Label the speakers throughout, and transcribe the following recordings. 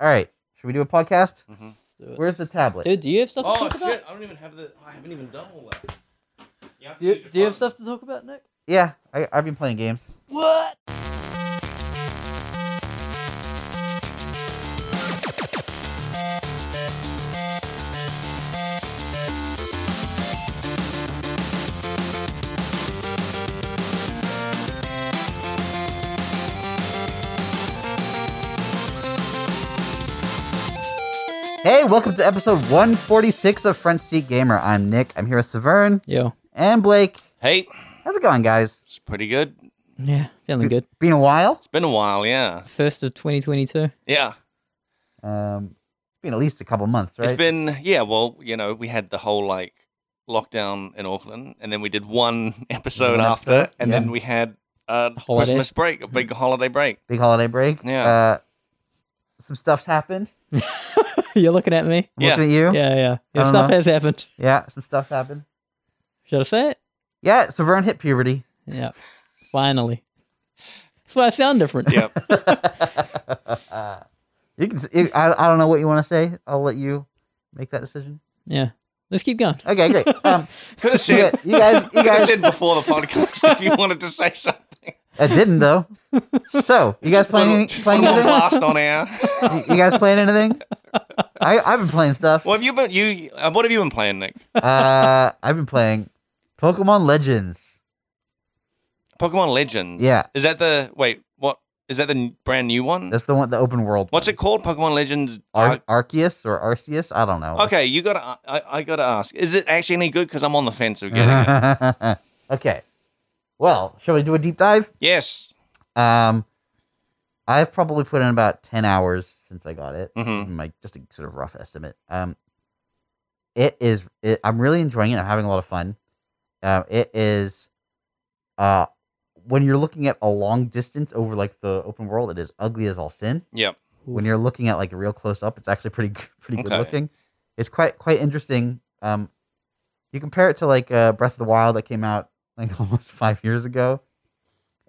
Speaker 1: All right. Should we do a podcast?
Speaker 2: Mhm.
Speaker 3: do it.
Speaker 1: Where's the tablet?
Speaker 3: Dude, do you have stuff to
Speaker 2: Oh
Speaker 3: talk about?
Speaker 2: shit! I don't even have the. I haven't even done all that. Yeah.
Speaker 3: Do you, do you have stuff to talk about, Nick?
Speaker 1: Yeah, I, I've been playing games.
Speaker 3: What?
Speaker 1: Hey, welcome to episode 146 of Front Seat Gamer. I'm Nick. I'm here with Severn
Speaker 3: Yo.
Speaker 1: and Blake.
Speaker 2: Hey,
Speaker 1: How's it going, guys?
Speaker 2: it's pretty good.
Speaker 3: Yeah, feeling good.
Speaker 1: Been a while.
Speaker 2: It's been a while. Yeah.
Speaker 3: First of 2022.
Speaker 2: Yeah.
Speaker 1: Um, it's been at least a couple months, right?
Speaker 2: It's been yeah. Well, you know, we had the whole like lockdown in Auckland, and then we did one episode
Speaker 1: One
Speaker 2: after,
Speaker 1: episode,
Speaker 2: and
Speaker 1: yeah.
Speaker 2: then we had a
Speaker 3: Holiday.
Speaker 2: Christmas break, a big holiday break.
Speaker 1: Big holiday break.
Speaker 2: Yeah.
Speaker 1: Uh, some stuff's happened.
Speaker 3: You're looking at me.
Speaker 1: I'm
Speaker 2: Yeah.
Speaker 1: looking at you.
Speaker 3: Yeah, yeah.
Speaker 1: I
Speaker 3: Yeah,
Speaker 1: don't
Speaker 3: stuff
Speaker 1: know.
Speaker 3: has happened.
Speaker 1: Yeah, some stuff's happened.
Speaker 3: Should I say it?
Speaker 1: Yeah, Severn hit puberty.
Speaker 3: Yeah. Finally. That's why I sound different.
Speaker 2: Yeah.
Speaker 1: You can. s- You, I, I don't know what you want to say. I'll let you make that decision.
Speaker 3: Yeah. Let's keep going.
Speaker 1: Okay, great. Um,
Speaker 2: Could have
Speaker 1: you
Speaker 2: said.
Speaker 1: guys, you guys, you
Speaker 2: Could have
Speaker 1: guys
Speaker 2: said before the podcast if you wanted to say something.
Speaker 1: I didn't though. So you guys
Speaker 2: Just put a-
Speaker 1: playing any-
Speaker 2: just
Speaker 1: playing
Speaker 2: put a little
Speaker 1: anything?
Speaker 2: blast on air.
Speaker 1: You- You guys playing anything? I I've been playing stuff.
Speaker 2: What have you been? You uh, what have you been playing, Nick?
Speaker 1: Uh, I've been playing Pokemon Legends.
Speaker 2: Pokemon Legends.
Speaker 1: Yeah,
Speaker 2: Is that the wait? What is that the n- brand new one?
Speaker 1: that's the one, the open world.
Speaker 2: What's
Speaker 1: one.
Speaker 2: it called? Pokemon Legends.
Speaker 1: Ar- Arceus or Arceus? I don't know.
Speaker 2: Uh, okay, you gotta. I, I gotta ask. Is it actually any good? Because I'm on the fence of getting it.
Speaker 1: Okay. okay. Well, shall we do a deep dive?
Speaker 2: Yes.
Speaker 1: Um, I've probably put in about ten hours since I got it.
Speaker 2: hmm
Speaker 1: My just a sort of rough estimate. Um, it is. It, I'm really enjoying it. I'm having a lot of fun. Um, it is. Uh, when you're looking at a long distance over like the open world, it is ugly as all sin.
Speaker 2: Yep.
Speaker 1: When you're looking at like real close up, it's actually pretty g- pretty good
Speaker 2: Okay.
Speaker 1: looking. It's quite quite interesting. Um, you compare it to like uh, Breath of the Wild that came out like almost five years ago,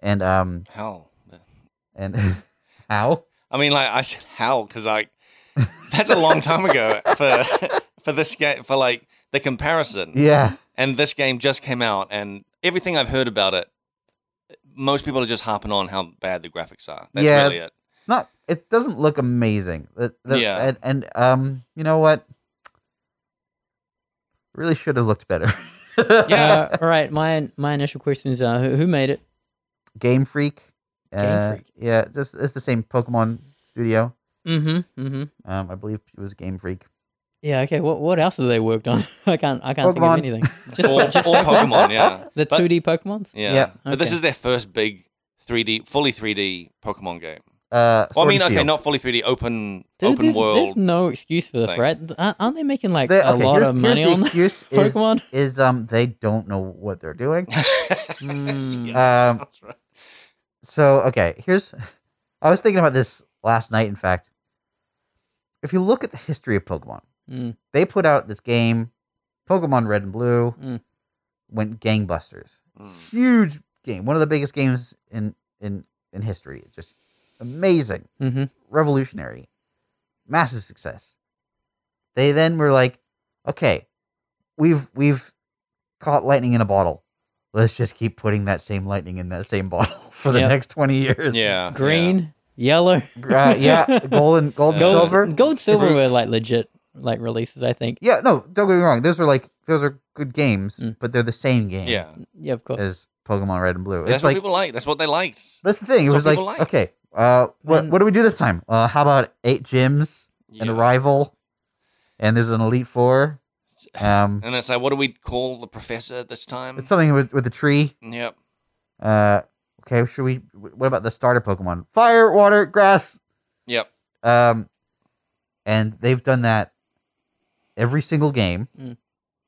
Speaker 1: and um
Speaker 2: How?
Speaker 1: and how
Speaker 2: I mean, like I said, how? Because like that's a long time ago for for this game for like the comparison.
Speaker 1: yeah
Speaker 2: And this game just came out, and everything I've heard about it, most people are just harping on how bad the graphics are. That's
Speaker 1: Yeah.
Speaker 2: really it.
Speaker 1: it's not it doesn't look amazing The- the-
Speaker 2: Yeah.
Speaker 1: and, and um you know what really should have looked better
Speaker 2: Yeah.
Speaker 3: Uh, all right. My my initial questions are who, who made it?
Speaker 1: game freak
Speaker 3: Game
Speaker 1: Uh,
Speaker 3: Freak.
Speaker 1: yeah this it's the same pokemon studio
Speaker 3: Mm-hmm. Mm-hmm.
Speaker 1: um i believe it was game freak
Speaker 3: Yeah. Okay. What what else have they worked on? I can't I can't
Speaker 1: Pokemon.
Speaker 3: think of anything. Just,
Speaker 2: All,
Speaker 3: just
Speaker 2: all Pokemon, yeah.
Speaker 3: the
Speaker 2: But-
Speaker 3: two D Pokemons.
Speaker 2: Yeah.
Speaker 1: Yeah.
Speaker 2: But this
Speaker 3: Okay.
Speaker 2: is their first big 3D, fully 3D Pokemon game.
Speaker 1: uh
Speaker 2: Well, I
Speaker 1: Sword
Speaker 2: mean,
Speaker 1: and
Speaker 2: okay,
Speaker 1: Shield.
Speaker 2: not fully 3D, open
Speaker 3: Dude,
Speaker 2: open
Speaker 3: there's,
Speaker 2: world.
Speaker 3: there's no excuse for this,
Speaker 2: thing.
Speaker 3: right? Aren't aren't they making like
Speaker 1: They-
Speaker 3: a
Speaker 1: okay,
Speaker 3: lot
Speaker 1: here's,
Speaker 3: of
Speaker 1: here's
Speaker 3: money
Speaker 1: the
Speaker 3: on
Speaker 1: excuse is,
Speaker 3: Pokemon?
Speaker 1: is um they don't know what they're doing
Speaker 3: Mm.
Speaker 1: Um,
Speaker 2: that's right.
Speaker 1: so okay here's i was thinking about this last night in fact if you look at the history of pokemon
Speaker 3: Mm.
Speaker 1: they put out this game pokemon red and blue
Speaker 3: Mm.
Speaker 1: went gangbusters
Speaker 2: Mm.
Speaker 1: huge game one of the biggest games in in in history It's just amazing
Speaker 3: hmm
Speaker 1: revolutionary massive success they then were like okay we've we've caught lightning in a bottle let's just keep putting that same lightning in that same bottle for the
Speaker 3: Yep.
Speaker 1: next 20 years
Speaker 2: Yeah.
Speaker 3: Green, yellow,
Speaker 1: uh, yeah, gold and gold and
Speaker 2: Gold-
Speaker 1: silver.
Speaker 3: gold, silver
Speaker 1: Blue-
Speaker 3: were like legit like releases. I think.
Speaker 1: Yeah, no, don't get me wrong. Those are like those are good games,
Speaker 3: Mm.
Speaker 1: but they're the same game.
Speaker 2: Yeah. yeah.
Speaker 3: Yeah, of course.
Speaker 1: as Pokemon Red and Blue.
Speaker 2: That's
Speaker 1: it's
Speaker 2: what
Speaker 1: like
Speaker 2: people like. That's what they liked.
Speaker 1: that's the thing. It
Speaker 2: that's what
Speaker 1: was like,
Speaker 2: people like.
Speaker 1: okay, uh, what
Speaker 3: Man.
Speaker 1: what do we do this time? Uh, how about eight gyms and a
Speaker 2: Yeah.
Speaker 1: rival, and there's an elite four. Um,
Speaker 2: And it's like, what do we call the professor this time?
Speaker 1: it's something with with a tree.
Speaker 2: Yep.
Speaker 1: Uh, okay, should we? What about the starter Pokemon? Fire, water, grass.
Speaker 2: Yep.
Speaker 1: Um, and they've done that every single game.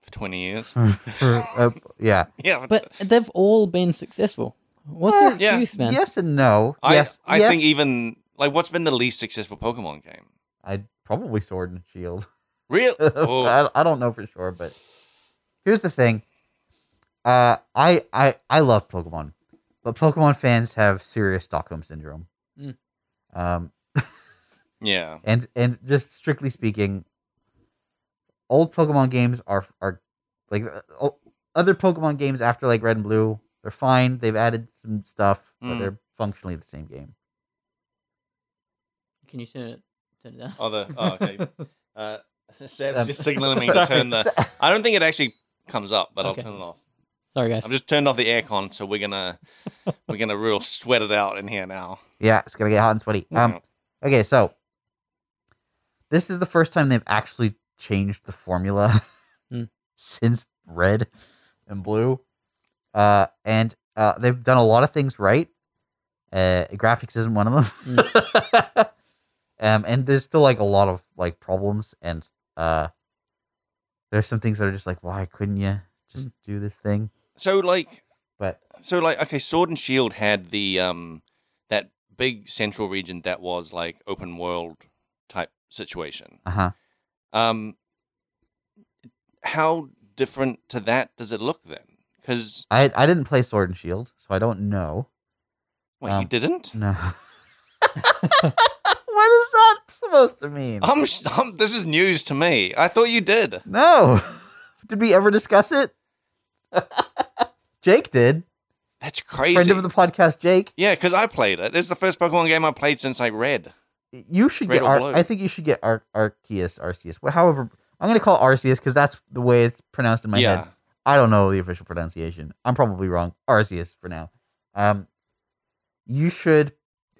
Speaker 2: For 20 years.
Speaker 1: For, uh, yeah.
Speaker 2: Yeah.
Speaker 3: But they've all been successful. What's the
Speaker 2: Ah, Yeah.
Speaker 3: excuse, man?
Speaker 1: Yes and no.
Speaker 2: I,
Speaker 1: yes.
Speaker 2: I
Speaker 1: yes.
Speaker 2: think even, like, what's been the least successful Pokemon game?
Speaker 1: I'd probably Sword and Shield.
Speaker 2: Real? Oh,
Speaker 1: I, I don't know for sure, but here's the thing. Uh, I I I love Pokemon, but Pokemon fans have serious Stockholm syndrome.
Speaker 3: Mm.
Speaker 1: Um,
Speaker 2: Yeah.
Speaker 1: and and just strictly speaking, old Pokemon games are are like uh, o- other Pokemon games after like Red and Blue. They're fine. They've added some stuff, but
Speaker 2: Mm.
Speaker 1: they're functionally the same game.
Speaker 3: Can you turn it, turn it down?
Speaker 2: Oh, the, oh okay. Uh, Seb's
Speaker 1: Um,
Speaker 2: just signaling me to
Speaker 3: sorry.
Speaker 2: turn the. I don't think it actually comes up, but
Speaker 3: Okay.
Speaker 2: I'll turn it off.
Speaker 3: Sorry, guys.
Speaker 2: I've just turned off the aircon, so we're gonna we're gonna real sweat it out in here now.
Speaker 1: yeah, it's gonna get hot and sweaty. Um, okay, so this is the first time they've actually changed the formula
Speaker 3: Mm.
Speaker 1: since Red and Blue, uh, and uh, they've done a lot of things right. Uh, graphics isn't one of them. um, and there's still like a lot of like problems, and uh, there's some things that are just like, why couldn't you just do this thing?
Speaker 2: so like,
Speaker 1: But
Speaker 2: so like, okay, Sword and Shield had the um that big central region that was like open world type situation.
Speaker 1: uh huh.
Speaker 2: Um, how different to that does it look then? Because
Speaker 1: I I didn't play Sword and Shield, so I don't know.
Speaker 2: wait,
Speaker 1: Um,
Speaker 2: you didn't.
Speaker 1: No. what is that supposed to mean?
Speaker 2: I'm, sh- I'm. This is news to me. I thought you did.
Speaker 1: No. Did we ever discuss it? Jake did.
Speaker 2: That's crazy.
Speaker 1: Friend of the podcast, Jake.
Speaker 2: Yeah, because I played it. It's the first Pokemon game I played since I read.
Speaker 1: You should get.
Speaker 2: Riddle
Speaker 1: Ar-
Speaker 2: Blue.
Speaker 1: I think you should get Ar- Arceus. Arceus. Well, however, I'm going to call it Arceus because that's the way it's pronounced in my
Speaker 2: yeah.
Speaker 1: head. I don't know the official pronunciation. I'm probably wrong. Arceus for now. Um, you should.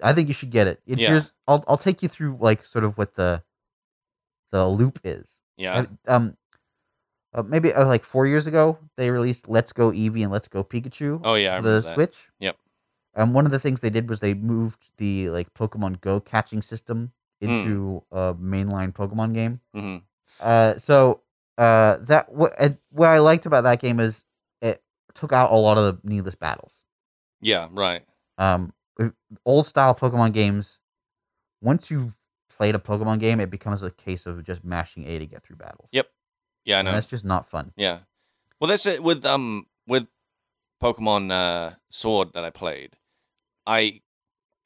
Speaker 1: I think you should get it. It-
Speaker 2: Yeah.
Speaker 1: Here's. I'll I'll take you through like sort of what the the loop is.
Speaker 2: Yeah.
Speaker 1: Uh, um, uh, maybe uh, like four years ago, they released Let's Go Eevee and Let's Go Pikachu.
Speaker 2: Oh yeah. I
Speaker 1: the
Speaker 2: remember that.
Speaker 1: Switch.
Speaker 2: Yep.
Speaker 1: Um, one of the things they did was they moved the like Pokemon Go catching system
Speaker 2: Hmm.
Speaker 1: into a mainline Pokemon game.
Speaker 2: Mhm.
Speaker 1: Uh, so uh, that what and what I liked about that game is it took out a lot of the needless battles.
Speaker 2: Yeah. Right.
Speaker 1: Um, old style Pokemon games, once you've played a Pokemon game, it becomes a case of just mashing A to get through battles.
Speaker 2: Yep, Yeah. I
Speaker 1: and
Speaker 2: know.
Speaker 1: that's just not fun.
Speaker 2: Yeah. Well, that's it with um with Pokemon uh, Sword that I played. I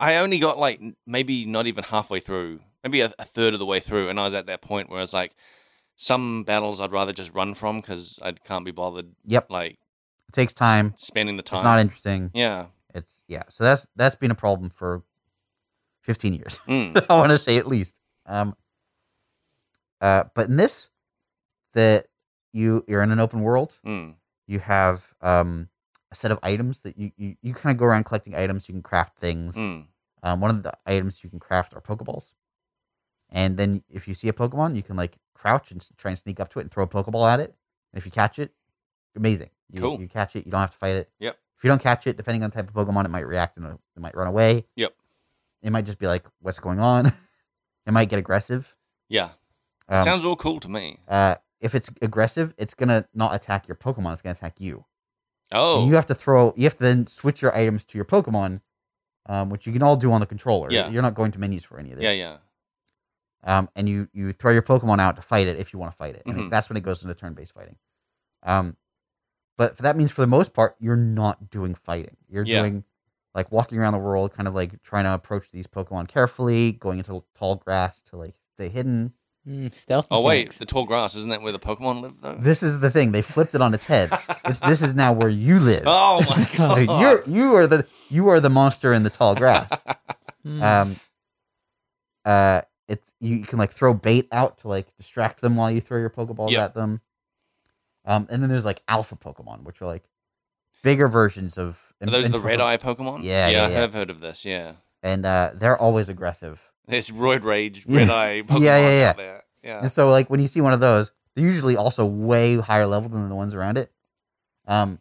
Speaker 2: I only got like n- maybe not even halfway through, maybe a, a third of the way through, and I was at that point where I was like, some battles I'd rather just run from because I can't be bothered
Speaker 1: Yep,
Speaker 2: like
Speaker 1: it takes time.
Speaker 2: spending the time.
Speaker 1: It's not interesting.
Speaker 2: yeah.
Speaker 1: It's yeah. So that's that's been a problem for fifteen years.
Speaker 2: Mm.
Speaker 1: I want to say at least. Um. Uh, but in this, that you you're in an open world.
Speaker 2: mm.
Speaker 1: You have um a set of items that you you, you kind of go around collecting items. You can craft things.
Speaker 2: Mm.
Speaker 1: Um, one of the items you can craft are Pokeballs. And then if you see a Pokemon, you can like crouch and s- try and sneak up to it and throw a Pokeball at it. And if you catch it, amazing. You,
Speaker 2: Cool.
Speaker 1: You catch it, you don't have to fight it.
Speaker 2: Yep.
Speaker 1: If you don't catch it, depending on the type of Pokemon, it might react and it it might run away.
Speaker 2: Yep.
Speaker 1: It might just be like, what's going on? it might get aggressive.
Speaker 2: Yeah.
Speaker 1: Um,
Speaker 2: Sounds all cool to me.
Speaker 1: uh, if it's aggressive, it's gonna not attack your Pokemon. It's gonna attack you.
Speaker 2: Oh.
Speaker 1: And you have to throw. You have to then switch your items to your Pokemon, um, which you can all do on the controller.
Speaker 2: Yeah.
Speaker 1: You're not going to menus for any of this.
Speaker 2: Yeah, yeah.
Speaker 1: um, and you you throw your Pokemon out to fight it if you want to fight it. And
Speaker 2: Mhm.
Speaker 1: that's when it goes into turn based fighting. Um, but that means for the most part, you're not doing fighting. You're
Speaker 2: Yeah.
Speaker 1: doing like walking around the world, kind of like trying to approach these Pokemon carefully, going into tall grass to like stay hidden.
Speaker 3: Mm, stealth.
Speaker 2: Oh wait,
Speaker 3: mechanics.
Speaker 2: the tall grass isn't that where the Pokemon live though?
Speaker 1: This is the thing; they flipped it on its head. It's, this is now where you live.
Speaker 2: oh my
Speaker 1: So
Speaker 2: god!
Speaker 1: You're you are the you are the monster in the tall grass.
Speaker 3: Mm.
Speaker 2: Ah,
Speaker 1: Um, uh, it's you, you can like throw bait out to like distract them while you throw your Pokeballs
Speaker 2: Yep.
Speaker 1: at them. Um, and then there's like alpha Pokemon, which are like bigger versions of
Speaker 2: Are those
Speaker 1: and-
Speaker 2: the
Speaker 1: and-
Speaker 2: red eye Pokemon?
Speaker 1: Yeah, yeah,
Speaker 2: I
Speaker 1: yeah.
Speaker 2: have heard of this. Yeah,
Speaker 1: and uh, they're always aggressive.
Speaker 2: there's Roid Rage
Speaker 1: Yeah.
Speaker 2: red eye Pokemon
Speaker 1: Yeah, yeah, yeah.
Speaker 2: out there. Yeah,
Speaker 1: And so like when you see one of those, they're usually also way higher level than the ones around it. Um,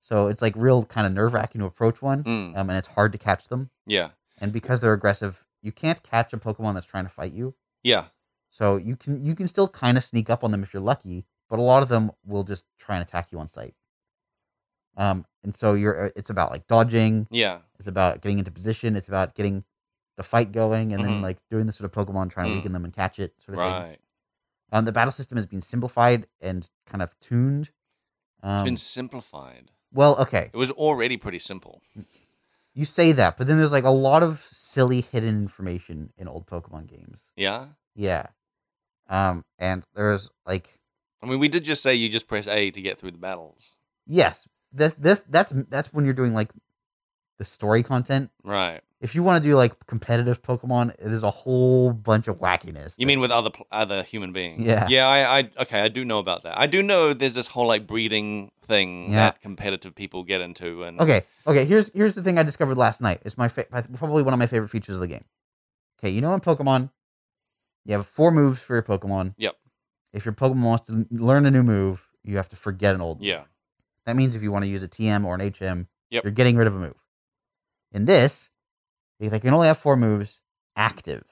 Speaker 1: so it's like real kind of nerve wracking to approach one,
Speaker 2: Mm,
Speaker 1: um, and it's hard to catch them.
Speaker 2: yeah,
Speaker 1: And because they're aggressive, you can't catch a Pokemon that's trying to fight you.
Speaker 2: yeah.
Speaker 1: So you can you can still kind of sneak up on them if you're lucky, but a lot of them will just try and attack you on sight. Um, and so you're it's about like dodging,
Speaker 2: yeah.
Speaker 1: it's about getting into position, it's about getting the fight going, and then
Speaker 2: Mhm.
Speaker 1: like doing the sort of Pokemon trying to
Speaker 2: Mm.
Speaker 1: weaken them and catch it sort of thing.
Speaker 2: Right.
Speaker 1: Um, the battle system has been simplified and kind of tuned.
Speaker 2: It's
Speaker 1: Um,
Speaker 2: been simplified.
Speaker 1: well, okay,
Speaker 2: It was already pretty simple.
Speaker 1: you say that, but then there's like a lot of silly hidden information in old Pokemon games.
Speaker 2: Yeah.
Speaker 1: Yeah. Um, and there's like
Speaker 2: I mean, we did just say you just press A to get through the battles.
Speaker 1: yes, this this that's that's when you're doing like the story content.
Speaker 2: Right.
Speaker 1: If you want to do like competitive Pokemon, there's a whole bunch of wackiness.
Speaker 2: You
Speaker 1: that-
Speaker 2: mean with other pl- other human beings?
Speaker 1: Yeah.
Speaker 2: Yeah. I, I okay. I do know about that. I do know there's this whole like breeding thing
Speaker 1: Yeah.
Speaker 2: that competitive people get into, and
Speaker 1: Okay, okay. Here's here's the thing I discovered last night. It's my fa- probably one of my favorite features of the game. Okay, you know in Pokemon, you have four moves for your Pokemon.
Speaker 2: Yep.
Speaker 1: If your Pokemon wants to learn a new move, you have to forget an old. move.
Speaker 2: yeah,
Speaker 1: That means if you want to use a TM or an HM,
Speaker 2: Yep.
Speaker 1: you're getting rid of a move. In this, if they can only have four moves active,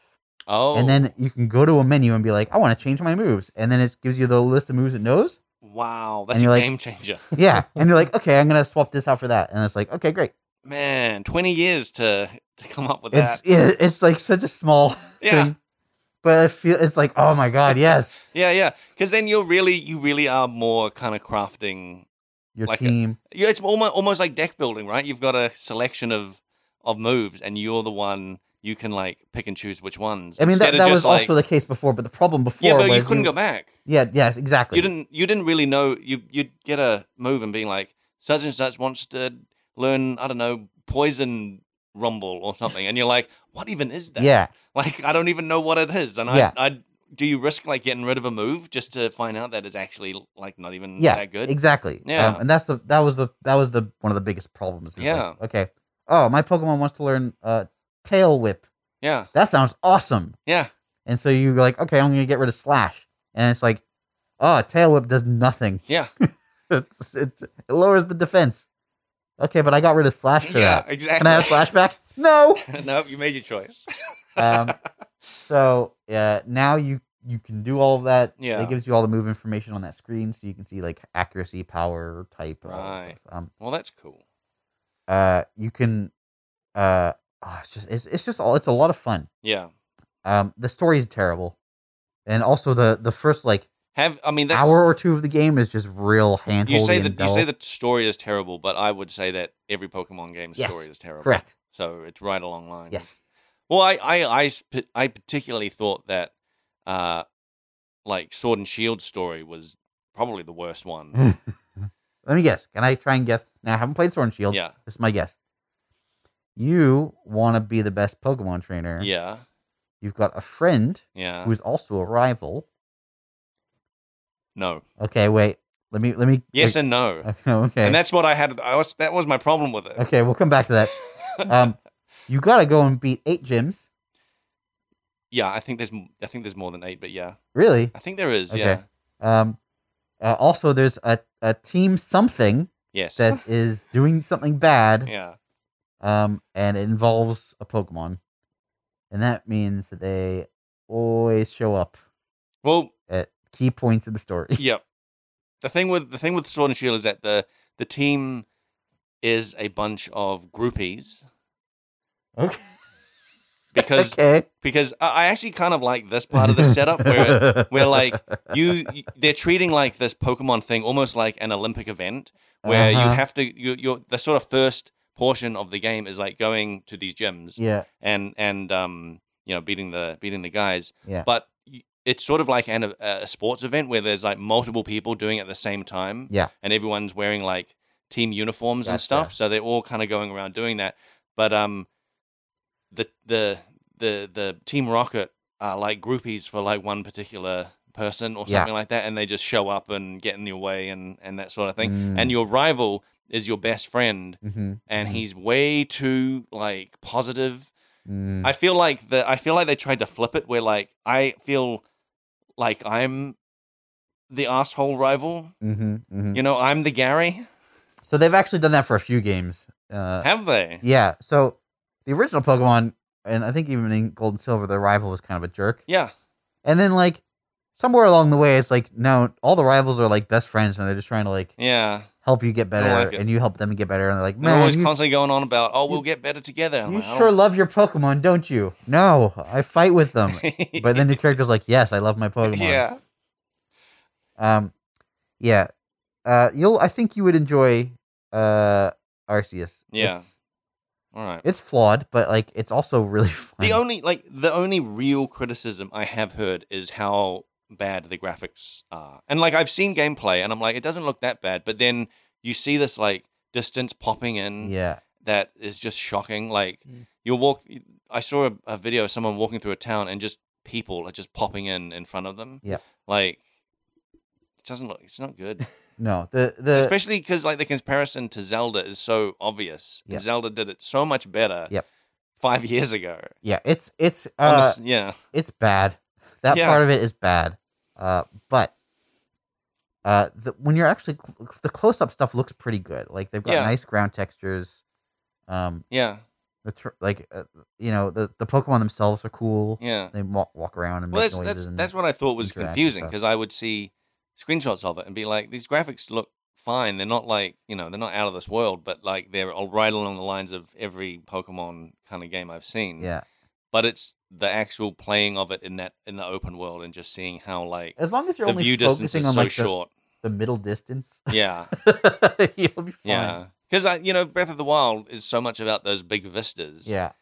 Speaker 2: oh,
Speaker 1: and then you can go to a menu and be like, I want to change my moves, and then it gives you the list of moves it knows.
Speaker 2: wow, that's
Speaker 1: and
Speaker 2: a
Speaker 1: you're like-
Speaker 2: game changer,
Speaker 1: Yeah, and you're like, okay, I'm gonna swap this out for that, and it's like, okay, great.
Speaker 2: man. Twenty years to to come up with
Speaker 1: It's
Speaker 2: that.
Speaker 1: it, it's like such a small
Speaker 2: Yeah.
Speaker 1: thing, but I feel it's like oh my god, yes,
Speaker 2: Yeah, yeah. Because then you're really you really are more kind of crafting.
Speaker 1: your
Speaker 2: Like a-
Speaker 1: team.
Speaker 2: Yeah, it's almost almost like deck building, right? You've got a selection of of moves, and you're the one you can like pick and choose which ones.
Speaker 1: I mean that,
Speaker 2: instead of
Speaker 1: that was
Speaker 2: just, like,
Speaker 1: also the case before, but the problem before
Speaker 2: yeah, but
Speaker 1: was
Speaker 2: you couldn't go back.
Speaker 1: Yeah, yes, exactly.
Speaker 2: you didn't you didn't really know you you'd get a move and being like such and such wants to learn I don't know poison rumble or something and you're like what even is that
Speaker 1: Yeah,
Speaker 2: like I don't even know what it is and
Speaker 1: Yeah.
Speaker 2: I I do you risk like getting rid of a move just to find out that it's actually like not even
Speaker 1: yeah,
Speaker 2: that good
Speaker 1: exactly.
Speaker 2: Yeah.
Speaker 1: um, and that's the that was the that was the one of the biggest problems. is
Speaker 2: Yeah.
Speaker 1: like, okay. Oh, my Pokemon wants to learn uh, Tail Whip.
Speaker 2: yeah
Speaker 1: That sounds awesome.
Speaker 2: yeah
Speaker 1: And so you're like, okay, I'm gonna get rid of Slash, and it's like, oh, Tail Whip does nothing.
Speaker 2: yeah
Speaker 1: it's, it's, it lowers the defense. Okay, but I got rid of slash for
Speaker 2: yeah
Speaker 1: that.
Speaker 2: exactly
Speaker 1: Can I have flashback? No.
Speaker 2: no you made your choice
Speaker 1: Um, so uh, now you you can do all of that.
Speaker 2: Yeah.
Speaker 1: it gives you all the move information on that screen, so you can see like accuracy, power, type. and all that
Speaker 2: Right.
Speaker 1: stuff. Um,
Speaker 2: well that's cool
Speaker 1: uh, you can. Uh, oh, it's just it's, it's just all it's a lot of fun.
Speaker 2: yeah
Speaker 1: Um, the story is terrible, and also the the first like
Speaker 2: have I mean that's
Speaker 1: hour or two of the game is just real hand.
Speaker 2: you say
Speaker 1: holding and
Speaker 2: that you say
Speaker 1: dull.
Speaker 2: the story is terrible but I would say that every Pokemon game
Speaker 1: Yes,
Speaker 2: story is terrible
Speaker 1: correct.
Speaker 2: So it's right along line.
Speaker 1: Yes.
Speaker 2: Well, I I I, sp- I particularly thought that, uh, like Sword and Shield story was probably the worst
Speaker 1: Mm-hmm.
Speaker 2: one.
Speaker 1: Let me guess. Can I try and guess? Now I haven't played Sword and Shield.
Speaker 2: yeah,
Speaker 1: This is my guess. You want to be the best Pokemon trainer.
Speaker 2: yeah, Uh.
Speaker 1: You've got a friend
Speaker 2: yeah.
Speaker 1: who's also a rival.
Speaker 2: No.
Speaker 1: Okay, wait. Let me let me.
Speaker 2: Yes
Speaker 1: wait.
Speaker 2: and no.
Speaker 1: okay.
Speaker 2: And that's what I had. I was that was my problem with it.
Speaker 1: okay, we'll come back to that. Um, you gotta go and beat eight gyms.
Speaker 2: yeah, I think there's m- I think there's more than eight, but yeah,
Speaker 1: Really.
Speaker 2: I think there is.
Speaker 1: Okay.
Speaker 2: Yeah.
Speaker 1: Um. uh, also, there's a, a team something
Speaker 2: Yes.
Speaker 1: that is doing something bad.
Speaker 2: yeah.
Speaker 1: Um, and it involves a Pokemon, and that means that they always show up
Speaker 2: Well,
Speaker 1: at key points of the story.
Speaker 2: Yep. The thing with the thing with Sword and Shield is that the the team is a bunch of groupies
Speaker 1: Okay.
Speaker 2: because
Speaker 1: okay.
Speaker 2: because I I actually kind of like this part of the setup where where, like, you y- they're treating like this Pokemon thing almost like an Olympic event where
Speaker 1: Uh-huh.
Speaker 2: you have to you you the sort of first portion of the game is like going to these gyms
Speaker 1: yeah
Speaker 2: and and um you know beating the beating the guys
Speaker 1: Yeah.
Speaker 2: but y- it's sort of like an, a, a sports event where there's like multiple people doing it at the same time
Speaker 1: Yeah.
Speaker 2: and everyone's wearing like team uniforms and
Speaker 1: Gotcha.
Speaker 2: stuff so they're all kind of going around doing that but um the the the the team rocket are like groupies for like one particular person or
Speaker 1: Yeah.
Speaker 2: something like that and they just show up and get in your way and and that sort of thing
Speaker 1: Mm.
Speaker 2: and your rival is your best friend
Speaker 1: Mhm,
Speaker 2: and
Speaker 1: mhm,
Speaker 2: he's way too like positive
Speaker 1: mm.
Speaker 2: I feel like the I feel like they tried to flip it where like I feel like I'm the asshole rival.
Speaker 1: Mhm, mhm.
Speaker 2: You know, I'm the Gary.
Speaker 1: so they've actually done that for a few games uh
Speaker 2: Have they?
Speaker 1: yeah so the original pokemon and i think even in gold and silver the rival was kind of a jerk
Speaker 2: Yeah.
Speaker 1: and then like somewhere along the way it's like no all the rivals are like best friends and they're just trying to like
Speaker 2: Yeah.
Speaker 1: help you get better
Speaker 2: like it.
Speaker 1: and you help them get better and they're like
Speaker 2: They're
Speaker 1: man
Speaker 2: always
Speaker 1: you,
Speaker 2: constantly going on about, oh, we'll get better together. I'm
Speaker 1: you
Speaker 2: like, I
Speaker 1: sure
Speaker 2: don't-
Speaker 1: love your pokemon don't you no i fight with them but then your character's like yes i love my pokemon
Speaker 2: yeah.
Speaker 1: Um, yeah. Uh, you'll. I think you would enjoy uh Arceus.
Speaker 2: Yeah.
Speaker 1: It's,
Speaker 2: All right.
Speaker 1: It's flawed, but like it's also really fun.
Speaker 2: The only like the only real criticism I have heard is how bad the graphics are. And like I've seen gameplay and I'm like it doesn't look that bad, but then you see this like distance popping in
Speaker 1: yeah,
Speaker 2: that is just shocking. Like
Speaker 3: Mm.
Speaker 2: you'll walk I saw a, a video of someone walking through a town and just people are just popping in in front of them.
Speaker 1: Yeah.
Speaker 2: Like it doesn't look it's not good.
Speaker 1: no, the the
Speaker 2: especially because like the comparison to Zelda is so obvious. and
Speaker 1: Yep.
Speaker 2: Zelda did it so much better.
Speaker 1: Yep.
Speaker 2: Five years ago.
Speaker 1: yeah, it's it's
Speaker 2: On the
Speaker 1: uh,
Speaker 2: s- yeah.
Speaker 1: it's bad. That
Speaker 2: Yeah.
Speaker 1: part of it is bad. Uh, but uh, the, when you're actually cl- the close up stuff looks pretty good. Like they've got
Speaker 2: Yeah.
Speaker 1: nice ground textures. Um,
Speaker 2: Yeah.
Speaker 1: the tr- like uh, you know the the Pokemon themselves are cool.
Speaker 2: Yeah.
Speaker 1: They walk walk around and
Speaker 2: Well,
Speaker 1: make
Speaker 2: that's
Speaker 1: noises.
Speaker 2: that's,
Speaker 1: and
Speaker 2: that's what I thought was
Speaker 1: interact and
Speaker 2: confusing
Speaker 1: stuff.
Speaker 2: because I would see screenshots of it and be like, these graphics look fine. They're not like you know they're not out of this world, but like they're all right along the lines of every Pokemon kind of game I've seen.
Speaker 1: yeah.
Speaker 2: But it's the actual playing of it in that in the open world and just seeing how like
Speaker 1: As long as you're
Speaker 2: the
Speaker 1: only
Speaker 2: view distance
Speaker 1: focusing
Speaker 2: is
Speaker 1: on
Speaker 2: so
Speaker 1: like the,
Speaker 2: short.
Speaker 1: the middle distance,
Speaker 2: Yeah.
Speaker 1: you'll be fine.
Speaker 2: Yeah, because I, you know, Breath of the Wild is so much about those big vistas.
Speaker 1: Yeah.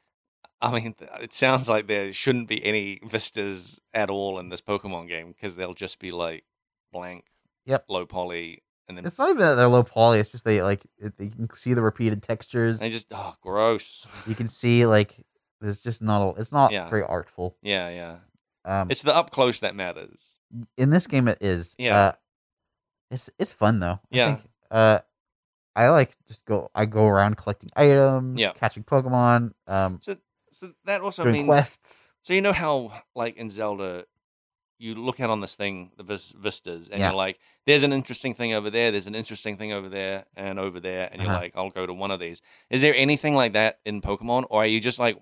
Speaker 2: I mean, th- it sounds like there shouldn't be any vistas at all in this Pokemon game because they'll just be like blank,
Speaker 1: Yep.
Speaker 2: low poly, and then
Speaker 1: It's not even that they're low poly. It's just they like it, you can see the repeated textures.
Speaker 2: they just oh, gross.
Speaker 1: You can see like there's just not a, it's not
Speaker 2: Yeah.
Speaker 1: very artful.
Speaker 2: Yeah, yeah.
Speaker 1: Um,
Speaker 2: It's the up close that matters.
Speaker 1: in this game it is.
Speaker 2: Yeah.
Speaker 1: Uh, it's it's fun though. I
Speaker 2: Yeah.
Speaker 1: think, uh, I like just go. I go around collecting items.
Speaker 2: Yeah.
Speaker 1: Catching Pokemon. Um,
Speaker 2: So that also
Speaker 1: doing
Speaker 2: means
Speaker 1: quests.
Speaker 2: So you know how, like in Zelda, you look out on this thing, the vis- vistas, and
Speaker 1: Yeah.
Speaker 2: you're like, "There's an interesting thing over there. There's an interesting thing over there, and over there," and you're
Speaker 1: Uh-huh.
Speaker 2: like, "I'll go to one of these." Is there anything like that in Pokemon, or are you just like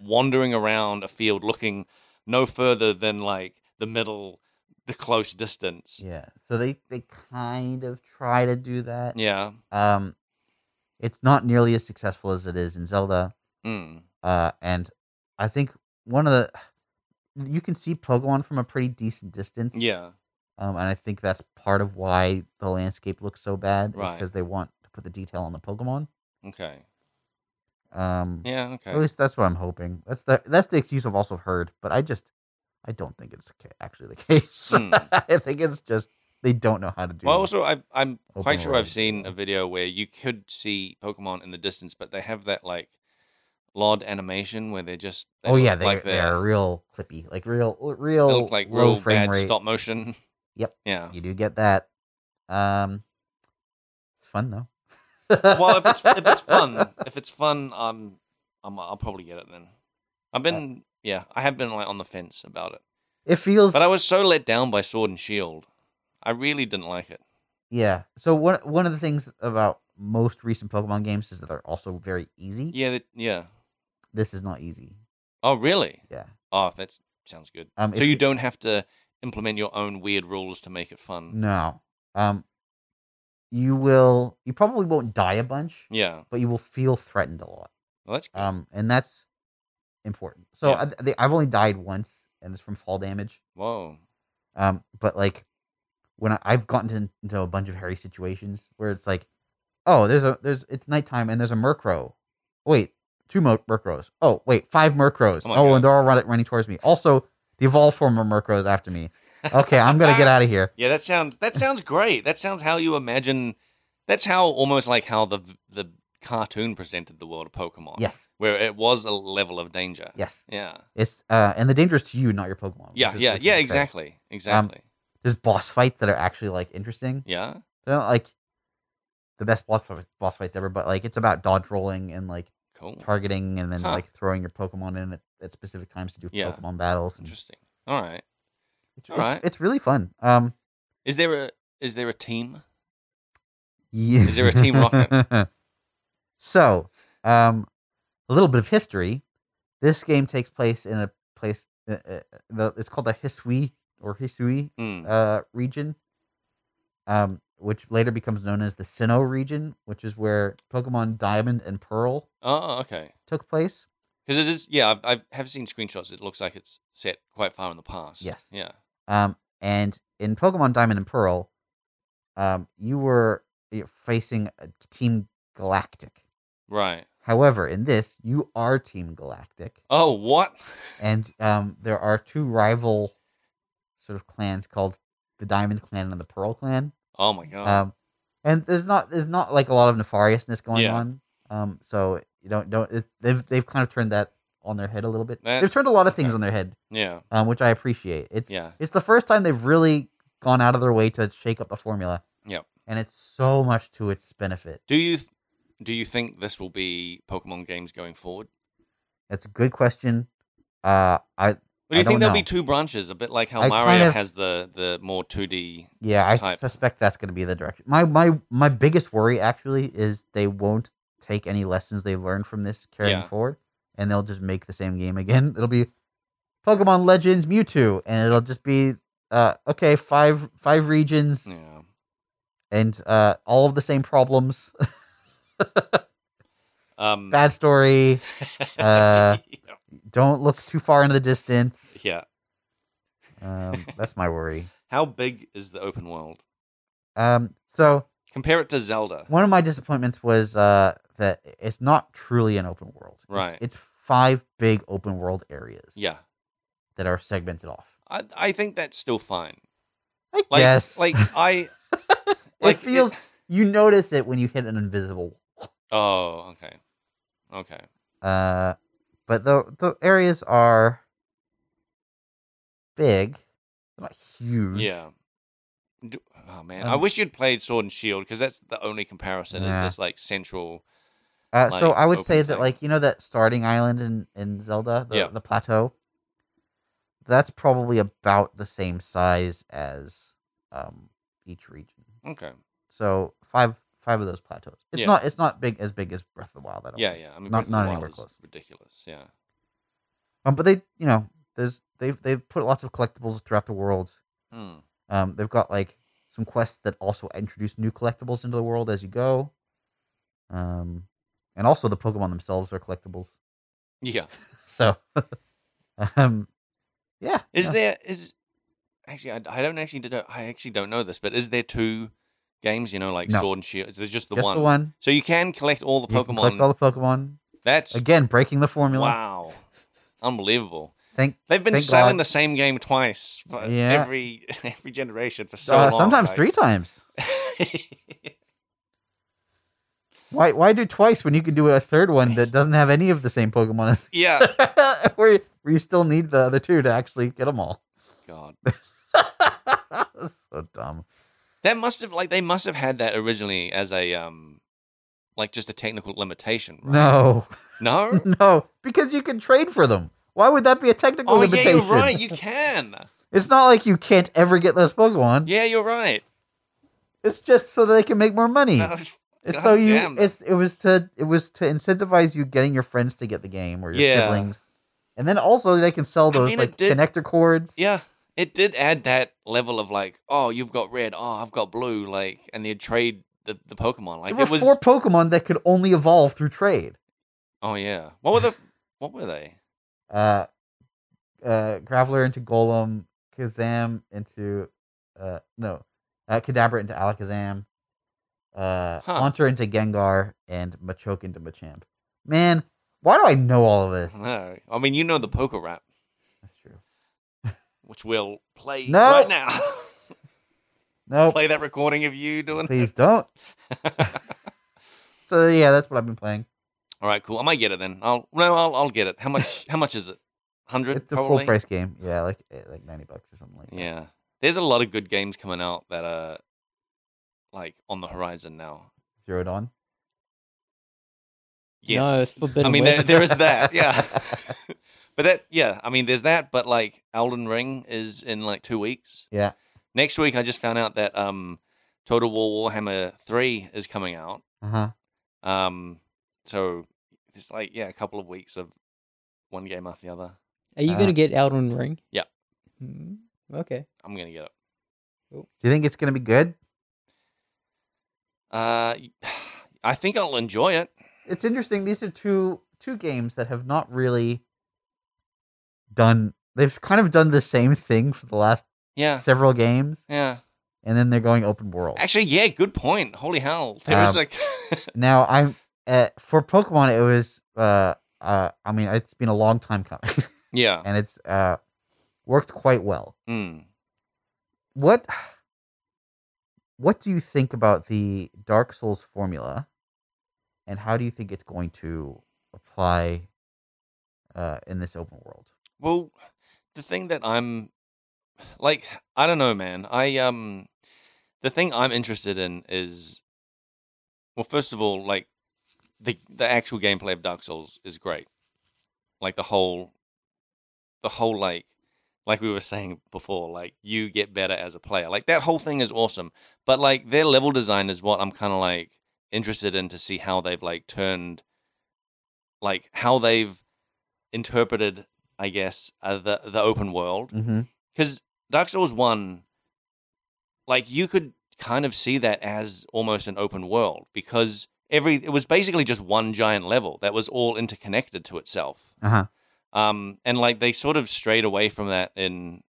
Speaker 2: wandering around a field looking no further than like the middle, the close distance?
Speaker 1: Yeah. So they they kind of try to do that.
Speaker 2: Yeah.
Speaker 1: Um, it's not nearly as successful as it is in Zelda.
Speaker 2: Mm.
Speaker 1: Uh, and I think one of the you can see Pokemon from a pretty decent distance.
Speaker 2: Yeah.
Speaker 1: Um, and I think that's part of why the landscape looks so bad, is
Speaker 2: Right.
Speaker 1: because they want to put the detail on the Pokemon.
Speaker 2: Okay.
Speaker 1: Um,
Speaker 2: Yeah. Okay.
Speaker 1: at least that's what I'm hoping. That's the that's the excuse I've also heard, but I just I don't think it's ca- actually the case.
Speaker 2: Hmm.
Speaker 1: I think it's just they don't know how to do.
Speaker 2: Well,
Speaker 1: it.
Speaker 2: also, I, I'm quite
Speaker 1: Open
Speaker 2: sure
Speaker 1: world.
Speaker 2: I've seen a video where you could see Pokemon in the distance, but they have that like LOD animation where they're just they
Speaker 1: oh
Speaker 2: look
Speaker 1: yeah, they
Speaker 2: like
Speaker 1: they are real clippy, like real real
Speaker 2: they look like
Speaker 1: low
Speaker 2: real
Speaker 1: frame
Speaker 2: bad
Speaker 1: rate.
Speaker 2: stop motion.
Speaker 1: Yep.
Speaker 2: Yeah.
Speaker 1: You do get that. Um, it's fun though.
Speaker 2: Well, if it's if it's fun, if it's fun, um, I'm I'll probably get it then. I've been yeah, I have been like on the fence about it,
Speaker 1: It feels
Speaker 2: but I was so let down by Sword and Shield. I really didn't like it.
Speaker 1: yeah. So one one of the things about most recent Pokemon games is that they're also very easy.
Speaker 2: Yeah. That, yeah.
Speaker 1: This is not easy.
Speaker 2: Oh really?
Speaker 1: Yeah.
Speaker 2: Oh, that sounds good.
Speaker 1: Um.
Speaker 2: So
Speaker 1: if-
Speaker 2: you don't have to implement your own weird rules to make it fun.
Speaker 1: no. Um. You will. You probably won't die a bunch,
Speaker 2: Yeah.
Speaker 1: but you will feel threatened a lot.
Speaker 2: Well, that's good.
Speaker 1: Um. And that's important. So
Speaker 2: Yeah.
Speaker 1: I, they, I've only died once, and it's from fall damage.
Speaker 2: Whoa.
Speaker 1: Um, but like when I, I've gotten in- into a bunch of hairy situations where it's like, oh, there's a there's it's nighttime and there's a Murkrow. Wait, two Mur- Murkrows. Oh, wait, five Murkrows.
Speaker 2: Oh
Speaker 1: Oh,
Speaker 2: my
Speaker 1: and they're all run- running towards me. Also, the evolved form of Murkrow is after me. Okay, I'm gonna get out of here.
Speaker 2: Yeah, that sounds that sounds great. That sounds how you imagine. That's how almost like how the the cartoon presented the world of Pokemon.
Speaker 1: Yes,
Speaker 2: Where it was a level of danger.
Speaker 1: yes.
Speaker 2: Yeah.
Speaker 1: It's uh, and the danger is to you, not your Pokemon.
Speaker 2: Yeah.
Speaker 1: which is-
Speaker 2: Yeah.
Speaker 1: which is
Speaker 2: Yeah.
Speaker 1: great. Um,
Speaker 2: Exactly. Exactly.
Speaker 1: There's boss fights that are actually like interesting.
Speaker 2: yeah.
Speaker 1: They're not like the best boss boss fights ever, but like it's about dodge rolling and like
Speaker 2: Cool.
Speaker 1: targeting and then
Speaker 2: Huh.
Speaker 1: like throwing your Pokemon in at, at specific times to do
Speaker 2: Yeah.
Speaker 1: Pokemon battles. and
Speaker 2: Interesting. All right.
Speaker 1: it's,
Speaker 2: All
Speaker 1: it's,
Speaker 2: right.
Speaker 1: it's really fun. Um,
Speaker 2: Is there a is there a team?
Speaker 1: yeah.
Speaker 2: Is there a Team
Speaker 1: Rocket? so, um, a little bit of history. This game takes place in a place. Uh, uh, the, it's called the Hisui or Hisui
Speaker 2: Hmm.
Speaker 1: uh, region, um, which later becomes known as the Sinnoh region, which is where Pokemon Diamond and Pearl
Speaker 2: Oh, okay.
Speaker 1: took place.
Speaker 2: Because it is. Yeah, I have seen screenshots. It looks like it's set quite far in the past.
Speaker 1: Yes.
Speaker 2: Yeah.
Speaker 1: Um, and in Pokemon Diamond and Pearl, eh, um, you were you're facing a Team Galactic,
Speaker 2: Right.
Speaker 1: However, in this, you are Team Galactic,
Speaker 2: Oh, what?
Speaker 1: and um, there are two rival sort of clans called the Diamond Clan and the Pearl Clan.
Speaker 2: Oh my god.
Speaker 1: Um, and there's not there's not like a lot of nefariousness going
Speaker 2: Yeah.
Speaker 1: on. Um, so you don't don't it, they've they've kind of turned that on their head a little bit.
Speaker 2: That-
Speaker 1: they've turned a lot of things
Speaker 2: okay.
Speaker 1: on their head,
Speaker 2: yeah.
Speaker 1: um, which I appreciate. It's
Speaker 2: Yeah.
Speaker 1: it's the first time they've really gone out of their way to shake up the formula.
Speaker 2: Yep.
Speaker 1: And it's so much to its benefit.
Speaker 2: Do you th- do you think this will be Pokemon games going forward?
Speaker 1: That's a good question. Uh, I
Speaker 2: Or do
Speaker 1: I
Speaker 2: you think
Speaker 1: don't
Speaker 2: there'll be
Speaker 1: know.
Speaker 2: two branches, a bit like how
Speaker 1: I
Speaker 2: Mario
Speaker 1: kind of-
Speaker 2: has the the more 2D?
Speaker 1: yeah, I
Speaker 2: Type.
Speaker 1: suspect that's going to be the direction. My my my biggest worry actually is they won't take any lessons they learned from this carrying
Speaker 2: Yeah.
Speaker 1: forward, and they'll just make the same game again. It'll be Pokemon Legends Mewtwo, and it'll just be uh okay five five regions
Speaker 2: Yeah.
Speaker 1: and uh all of the same problems.
Speaker 2: Um,
Speaker 1: Bad story. uh,
Speaker 2: yeah.
Speaker 1: Don't look too far into the distance.
Speaker 2: yeah.
Speaker 1: Um, that's my worry.
Speaker 2: How big is the open world?
Speaker 1: Um, so
Speaker 2: Compare it to Zelda.
Speaker 1: one of my disappointments was uh, that it's not truly an open world. It's-
Speaker 2: Right.
Speaker 1: It's, five big open world areas
Speaker 2: Yeah.
Speaker 1: that are segmented off.
Speaker 2: I I think that's still fine.
Speaker 1: I
Speaker 2: Like
Speaker 1: guess.
Speaker 2: like I like
Speaker 1: it feels you notice it when you hit an invisible.
Speaker 2: Oh, okay. Okay.
Speaker 1: Uh, but the the areas are big, they're not huge.
Speaker 2: Yeah. Do- oh man, I
Speaker 1: Mm. Um,
Speaker 2: wish you'd played Sword and Shield because that's the only comparison
Speaker 1: Nah.
Speaker 2: is this like central.
Speaker 1: Uh, so
Speaker 2: like,
Speaker 1: I would say
Speaker 2: open
Speaker 1: that
Speaker 2: thing.
Speaker 1: like you know that starting island in in Zelda, the,
Speaker 2: Yeah.
Speaker 1: the plateau. That's probably about the same size as um each region.
Speaker 2: Okay.
Speaker 1: So five five of those plateaus. It's
Speaker 2: Yeah.
Speaker 1: not it's not big as big as Breath of the Wild. I don't
Speaker 2: Yeah,
Speaker 1: think.
Speaker 2: yeah. I mean,
Speaker 1: Not-
Speaker 2: Breath of the
Speaker 1: not
Speaker 2: Wild
Speaker 1: anywhere
Speaker 2: is
Speaker 1: close.
Speaker 2: Ridiculous. Yeah.
Speaker 1: Um, but they you know there's they've they've put lots of collectibles throughout the world.
Speaker 2: Hmm.
Speaker 1: Um, they've got like some quests that also introduce new collectibles into the world as you go. Um, and also the Pokemon themselves are collectibles.
Speaker 2: Yeah.
Speaker 1: So, um, yeah.
Speaker 2: Is
Speaker 1: no,
Speaker 2: there is actually I, I don't actually do, I actually don't know this, but is there two games? You know, like
Speaker 1: No.
Speaker 2: Sword and Shield. Is there just the
Speaker 1: just
Speaker 2: one?
Speaker 1: the one?
Speaker 2: So you can collect all the
Speaker 1: You can
Speaker 2: Pokemon.
Speaker 1: collect all the Pokemon
Speaker 2: that's
Speaker 1: again, breaking the formula.
Speaker 2: wow, unbelievable.
Speaker 1: Thank
Speaker 2: They've been
Speaker 1: Thank
Speaker 2: selling
Speaker 1: God.
Speaker 2: the same game twice for
Speaker 1: Yeah.
Speaker 2: every every generation for so
Speaker 1: uh,
Speaker 2: long.
Speaker 1: sometimes
Speaker 2: like-
Speaker 1: three times. Why why do twice when you can do a third one that doesn't have any of the same Pokemon as
Speaker 2: yeah.
Speaker 1: where, you- where you still need the other two to actually get them all?
Speaker 2: God.
Speaker 1: so dumb.
Speaker 2: That must have like they must have had that originally as a um like just a technical limitation, right?
Speaker 1: No,
Speaker 2: No?
Speaker 1: no, because you can trade for them. Why would that be a technical
Speaker 2: oh yeah,
Speaker 1: limitation?
Speaker 2: you're right, you can.
Speaker 1: It's not like you can't ever get those Pokemon.
Speaker 2: Yeah, you're right.
Speaker 1: It's just so they can make more money.
Speaker 2: That was-
Speaker 1: It's
Speaker 2: God
Speaker 1: so you
Speaker 2: damn.
Speaker 1: it's it was to it was to incentivize you getting your friends to get the game or your
Speaker 2: Yeah.
Speaker 1: siblings. And then also they can sell
Speaker 2: I
Speaker 1: those
Speaker 2: mean, it
Speaker 1: like
Speaker 2: did-
Speaker 1: connector cords.
Speaker 2: yeah. It did add that level of like, oh, you've got red, oh I've got blue, like and they'd trade the, the Pokemon. Like
Speaker 1: there were
Speaker 2: it was
Speaker 1: four Pokemon that could only evolve through trade.
Speaker 2: Oh yeah. What were the what were they?
Speaker 1: Uh uh Graveler into Golem, Kazam into uh no. Uh Kadabra into Alakazam, uh
Speaker 2: Huh.
Speaker 1: Haunter into Gengar, and Machoke into Machamp. Man, why do I know all of this?
Speaker 2: No. I mean you know the poker rap,
Speaker 1: That's true.
Speaker 2: which we'll play
Speaker 1: No.
Speaker 2: right now.
Speaker 1: No,
Speaker 2: play that recording of you doing
Speaker 1: please don't. So yeah, that's what I've been playing.
Speaker 2: All right, cool. I might get it then. I'll no, I'll I'll get it. How much? How much is it? Hundred.
Speaker 1: It's a
Speaker 2: probably?
Speaker 1: full price game. Yeah, like eh, like ninety bucks or something like that.
Speaker 2: Yeah. There's a lot of good games coming out that are like on the horizon now.
Speaker 1: Zero Dawn.
Speaker 2: Yes.
Speaker 3: No, it's forbidden.
Speaker 2: I mean,
Speaker 3: West.
Speaker 2: there, there is that. Yeah. but that, yeah. I mean, there's that. But like, Elden Ring is in like two weeks.
Speaker 1: Yeah.
Speaker 2: Next week, I just found out that um, Total War Warhammer Three is coming out.
Speaker 1: Uh huh.
Speaker 2: Um, so it's like yeah, a couple of weeks of one game after the other.
Speaker 3: Are you
Speaker 1: Ah.
Speaker 3: gonna get Elden Ring?
Speaker 2: Yeah.
Speaker 3: Hmm, okay.
Speaker 2: I'm gonna get it.
Speaker 1: Do you think it's gonna be good?
Speaker 2: Uh, I think I'll enjoy it.
Speaker 1: It's interesting. These are two two games that have not really done. They've kind of done the same thing for the last
Speaker 2: Yeah,
Speaker 1: several games,
Speaker 2: yeah.
Speaker 1: and then they're going open world.
Speaker 2: Actually, yeah. Good point. Holy hell! There was
Speaker 1: Um,
Speaker 2: like,
Speaker 1: Now I'm uh, for Pokemon, it was. Uh, uh, I mean, it's been a long time coming,
Speaker 2: Yeah.
Speaker 1: and it's uh, worked quite well.
Speaker 2: Mm.
Speaker 1: What, what do you think about the Dark Souls formula, and how do you think it's going to apply uh, in this open world?
Speaker 2: Well, the thing that I'm like, I don't know, man. I um, the thing I'm interested in is, well, first of all, like the the actual gameplay of Dark Souls is great. Like the whole, the whole like, like we were saying before, like you get better as a player. Like that whole thing is awesome. But like their level design is what I'm kind of like interested in to see how they've like turned, like how they've interpreted I guess, uh, the the open world
Speaker 1: Mm-hmm.
Speaker 2: because Dark Souls One, like you could kind of see that as almost an open world because every it was basically just one giant level that was all interconnected to itself.
Speaker 1: Uh huh.
Speaker 2: Um, and like they sort of strayed away from that in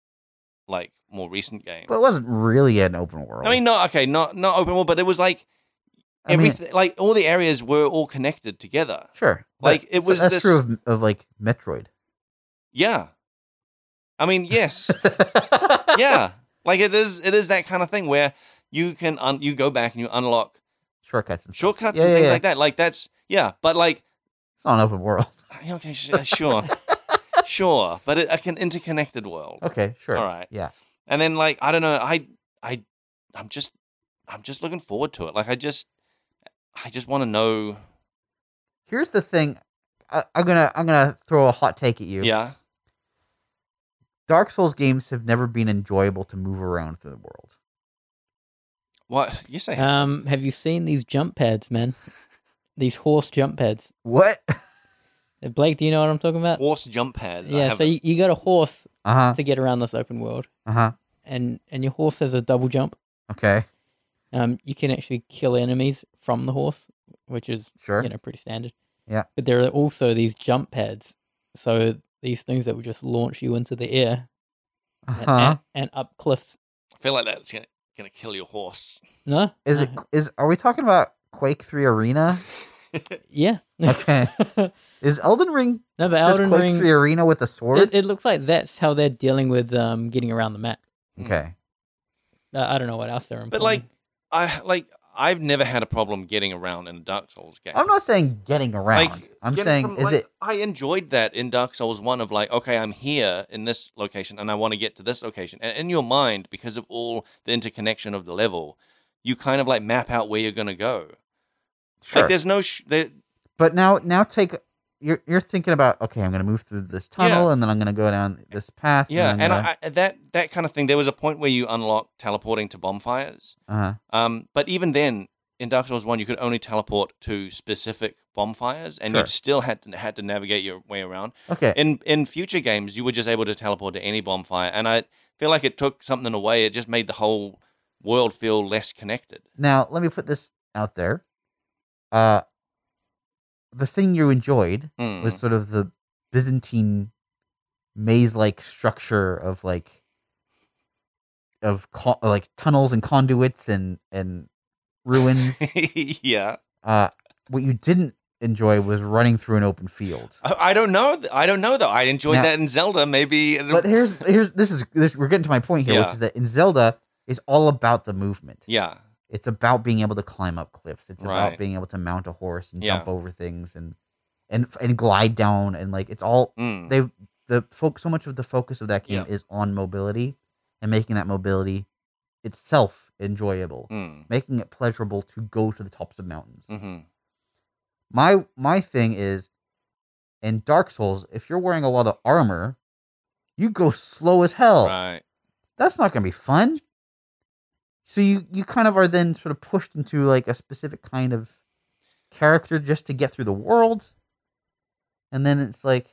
Speaker 2: like more recent games.
Speaker 1: But it wasn't really an open world.
Speaker 2: I mean, no, okay, not not open world, but it was like
Speaker 1: I mean,
Speaker 2: everything, like all the areas were all connected together.
Speaker 1: sure. but
Speaker 2: Like it was
Speaker 1: that's
Speaker 2: this,
Speaker 1: true of, of like Metroid.
Speaker 2: yeah. I mean, yes. yeah like it is it is that kind of thing where you can un- you go back and you unlock
Speaker 1: Shortcuts. And stuff.
Speaker 2: shortcuts
Speaker 1: Yeah,
Speaker 2: and
Speaker 1: yeah,
Speaker 2: things
Speaker 1: yeah.
Speaker 2: like that like that's yeah but like
Speaker 1: It's not an open world.
Speaker 2: okay sh- uh, sure sure but it, like an interconnected world
Speaker 1: Okay, sure.
Speaker 2: All right.
Speaker 1: Yeah.
Speaker 2: and then like i don't know i i i'm just i'm just looking forward to it like i just i just want to know
Speaker 1: Here's the thing. I, I'm gonna I'm gonna throw a hot take at you.
Speaker 2: yeah
Speaker 1: Dark Souls games have never been enjoyable to move around through the world.
Speaker 2: what you say
Speaker 3: Um, have you seen these jump pads, man? These horse jump pads.
Speaker 1: What? Uh
Speaker 3: Uh, Blake, do you know what I'm talking about?
Speaker 2: horse jump pad
Speaker 3: yeah, so you, you got a horse
Speaker 1: huh.
Speaker 3: to get around this open world,
Speaker 1: Uh huh.
Speaker 3: and and your horse has a double jump.
Speaker 1: Okay.
Speaker 3: Um, you can actually kill enemies from the horse, which is
Speaker 1: Sure.
Speaker 3: you know pretty standard.
Speaker 1: Yeah.
Speaker 3: But there are also these jump pads, so these things that would just launch you into the air
Speaker 1: Uh
Speaker 3: and,
Speaker 1: huh.
Speaker 3: and, and up cliffs.
Speaker 2: i feel like that's gonna gonna kill your horse
Speaker 3: No,
Speaker 1: Is it
Speaker 3: No.
Speaker 1: is are we talking about Quake Three Arena?
Speaker 3: Yeah.
Speaker 1: Okay.
Speaker 3: no,
Speaker 1: Is Elden Ring
Speaker 3: but
Speaker 1: just
Speaker 3: Elden
Speaker 1: Quake
Speaker 3: Ring.
Speaker 1: Three Arena with a sword?
Speaker 3: It, it looks like that's how they're dealing with um, getting around the map.
Speaker 1: okay.
Speaker 3: Uh, I don't know what else they're implying.
Speaker 2: But, like, i like i've never had a problem getting around in a dark souls game
Speaker 1: I'm not saying getting around. I'm
Speaker 2: getting
Speaker 1: saying
Speaker 2: from,
Speaker 1: is
Speaker 2: like,
Speaker 1: it
Speaker 2: I enjoyed that in Dark Souls One of like, okay, I'm here in this location and I want to get to this location. And in your mind, because of all the interconnection of the level, you kind of like map out where you're gonna go.
Speaker 1: sure?
Speaker 2: Like, there's no sh- there,
Speaker 1: But now, now take you're you're thinking about okay, I'm gonna move through this tunnel and then I'm gonna go down this path.
Speaker 2: yeah,
Speaker 1: and,
Speaker 2: and I, I, that that kind of thing. There was a point where you unlock teleporting to bonfires.
Speaker 1: I uh,
Speaker 2: Um, but even then, in Dark Souls One, you could only teleport to specific bonfires, and
Speaker 1: Sure.
Speaker 2: you still had to had to navigate your way around.
Speaker 1: okay,
Speaker 2: in in future games you were just able to teleport to any bonfire and i feel like it took something away it just made the whole world feel less connected
Speaker 1: Now, let me put this out there. Uh, the thing you enjoyed
Speaker 2: Hmm.
Speaker 1: was sort of the Byzantine maze-like structure of like of co- like tunnels and conduits and and ruins.
Speaker 2: yeah
Speaker 1: uh, what you didn't enjoy was running through an open field.
Speaker 2: I, I don't know th- i don't know though i enjoyed
Speaker 1: Now-
Speaker 2: that in zelda maybe
Speaker 1: But here's here's this is this, we're getting to my point here,
Speaker 2: Yeah.
Speaker 1: which is that in Zelda, it's all about the movement.
Speaker 2: yeah
Speaker 1: it's about being able to climb up cliffs. It's about
Speaker 2: Right.
Speaker 1: being able to mount a horse and jump
Speaker 2: Yeah.
Speaker 1: over things and and and glide down and like it's all
Speaker 2: Mm.
Speaker 1: they the folk so much of the focus of that game
Speaker 2: Yeah.
Speaker 1: is on mobility and making that mobility itself enjoyable,
Speaker 2: Mm.
Speaker 1: making it pleasurable to go to the tops of mountains.
Speaker 2: hmm
Speaker 1: My my thing is in Dark Souls, if you're wearing a lot of armor, you go slow as hell
Speaker 2: right
Speaker 1: that's not going to be fun. So you you kind of are then sort of pushed into like a specific kind of character just to get through the world, and then it's like,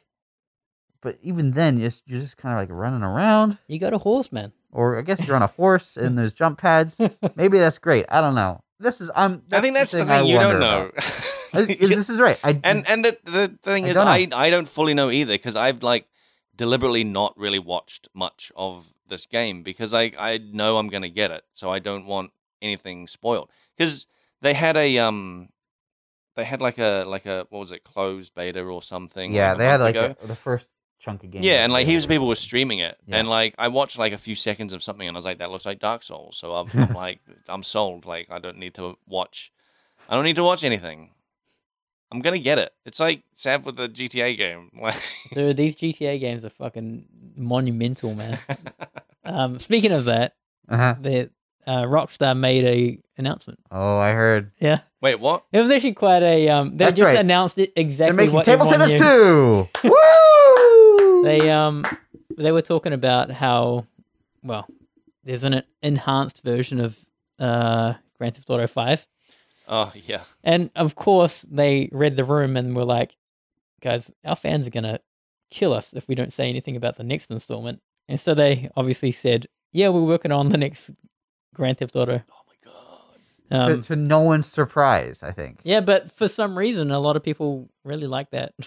Speaker 1: but even then you're just, you're just kind of like running around,
Speaker 3: you got a horse, man.
Speaker 1: or I guess you're on a horse and there's jump pads. Maybe that's great. I don't know. This is I'm.
Speaker 2: i think that's the thing,
Speaker 1: I
Speaker 2: you
Speaker 1: wonder
Speaker 2: don't know
Speaker 1: about. I- is- this is right. I
Speaker 2: and and the, the thing
Speaker 1: I
Speaker 2: is
Speaker 1: don't know.
Speaker 2: I, I don't fully know either because i've like deliberately not really watched much of this game because i i know i'm gonna get it so i don't want anything spoiled because they had a um they had like a like a what was it closed beta or something?
Speaker 1: yeah,
Speaker 2: a
Speaker 1: they had
Speaker 2: month
Speaker 1: like
Speaker 2: ago?
Speaker 1: a, the first chunk of games.
Speaker 2: Yeah, and like heaps
Speaker 1: here's
Speaker 2: of people were streaming it,
Speaker 1: Yeah.
Speaker 2: and like I watched like a few seconds of something, and I was like, "That looks like Dark Souls." So I'm, I'm like, "I'm sold." Like I don't need to watch, I don't need to watch anything. I'm gonna get it. It's like sad with the GTA game. Like,
Speaker 3: Dude, these GTA games are fucking monumental, man. um, speaking of that,
Speaker 1: Uh-huh.
Speaker 3: the uh, Rockstar made a announcement.
Speaker 1: Oh, I heard
Speaker 3: Yeah,
Speaker 2: Wait, what?
Speaker 3: it was actually quite a. Um, they
Speaker 1: That's
Speaker 3: just
Speaker 1: right.
Speaker 3: announced it
Speaker 1: they're
Speaker 3: exactly
Speaker 1: making
Speaker 3: what
Speaker 1: table
Speaker 3: everyone
Speaker 1: tennis
Speaker 3: knew.
Speaker 1: too. Woo!
Speaker 3: They um, they were talking about how, well, there's an enhanced version of uh Grand Theft Auto Five,
Speaker 2: Oh yeah,
Speaker 3: and of course they read the room and were like, "Guys, our fans are gonna kill us if we don't say anything about the next installment." And so they obviously said, "Yeah, we're working on the next Grand Theft Auto."
Speaker 2: oh my god.
Speaker 1: to,
Speaker 3: Um,
Speaker 1: to no one's surprise, I think.
Speaker 3: Yeah, but for some reason, a lot of people really like that.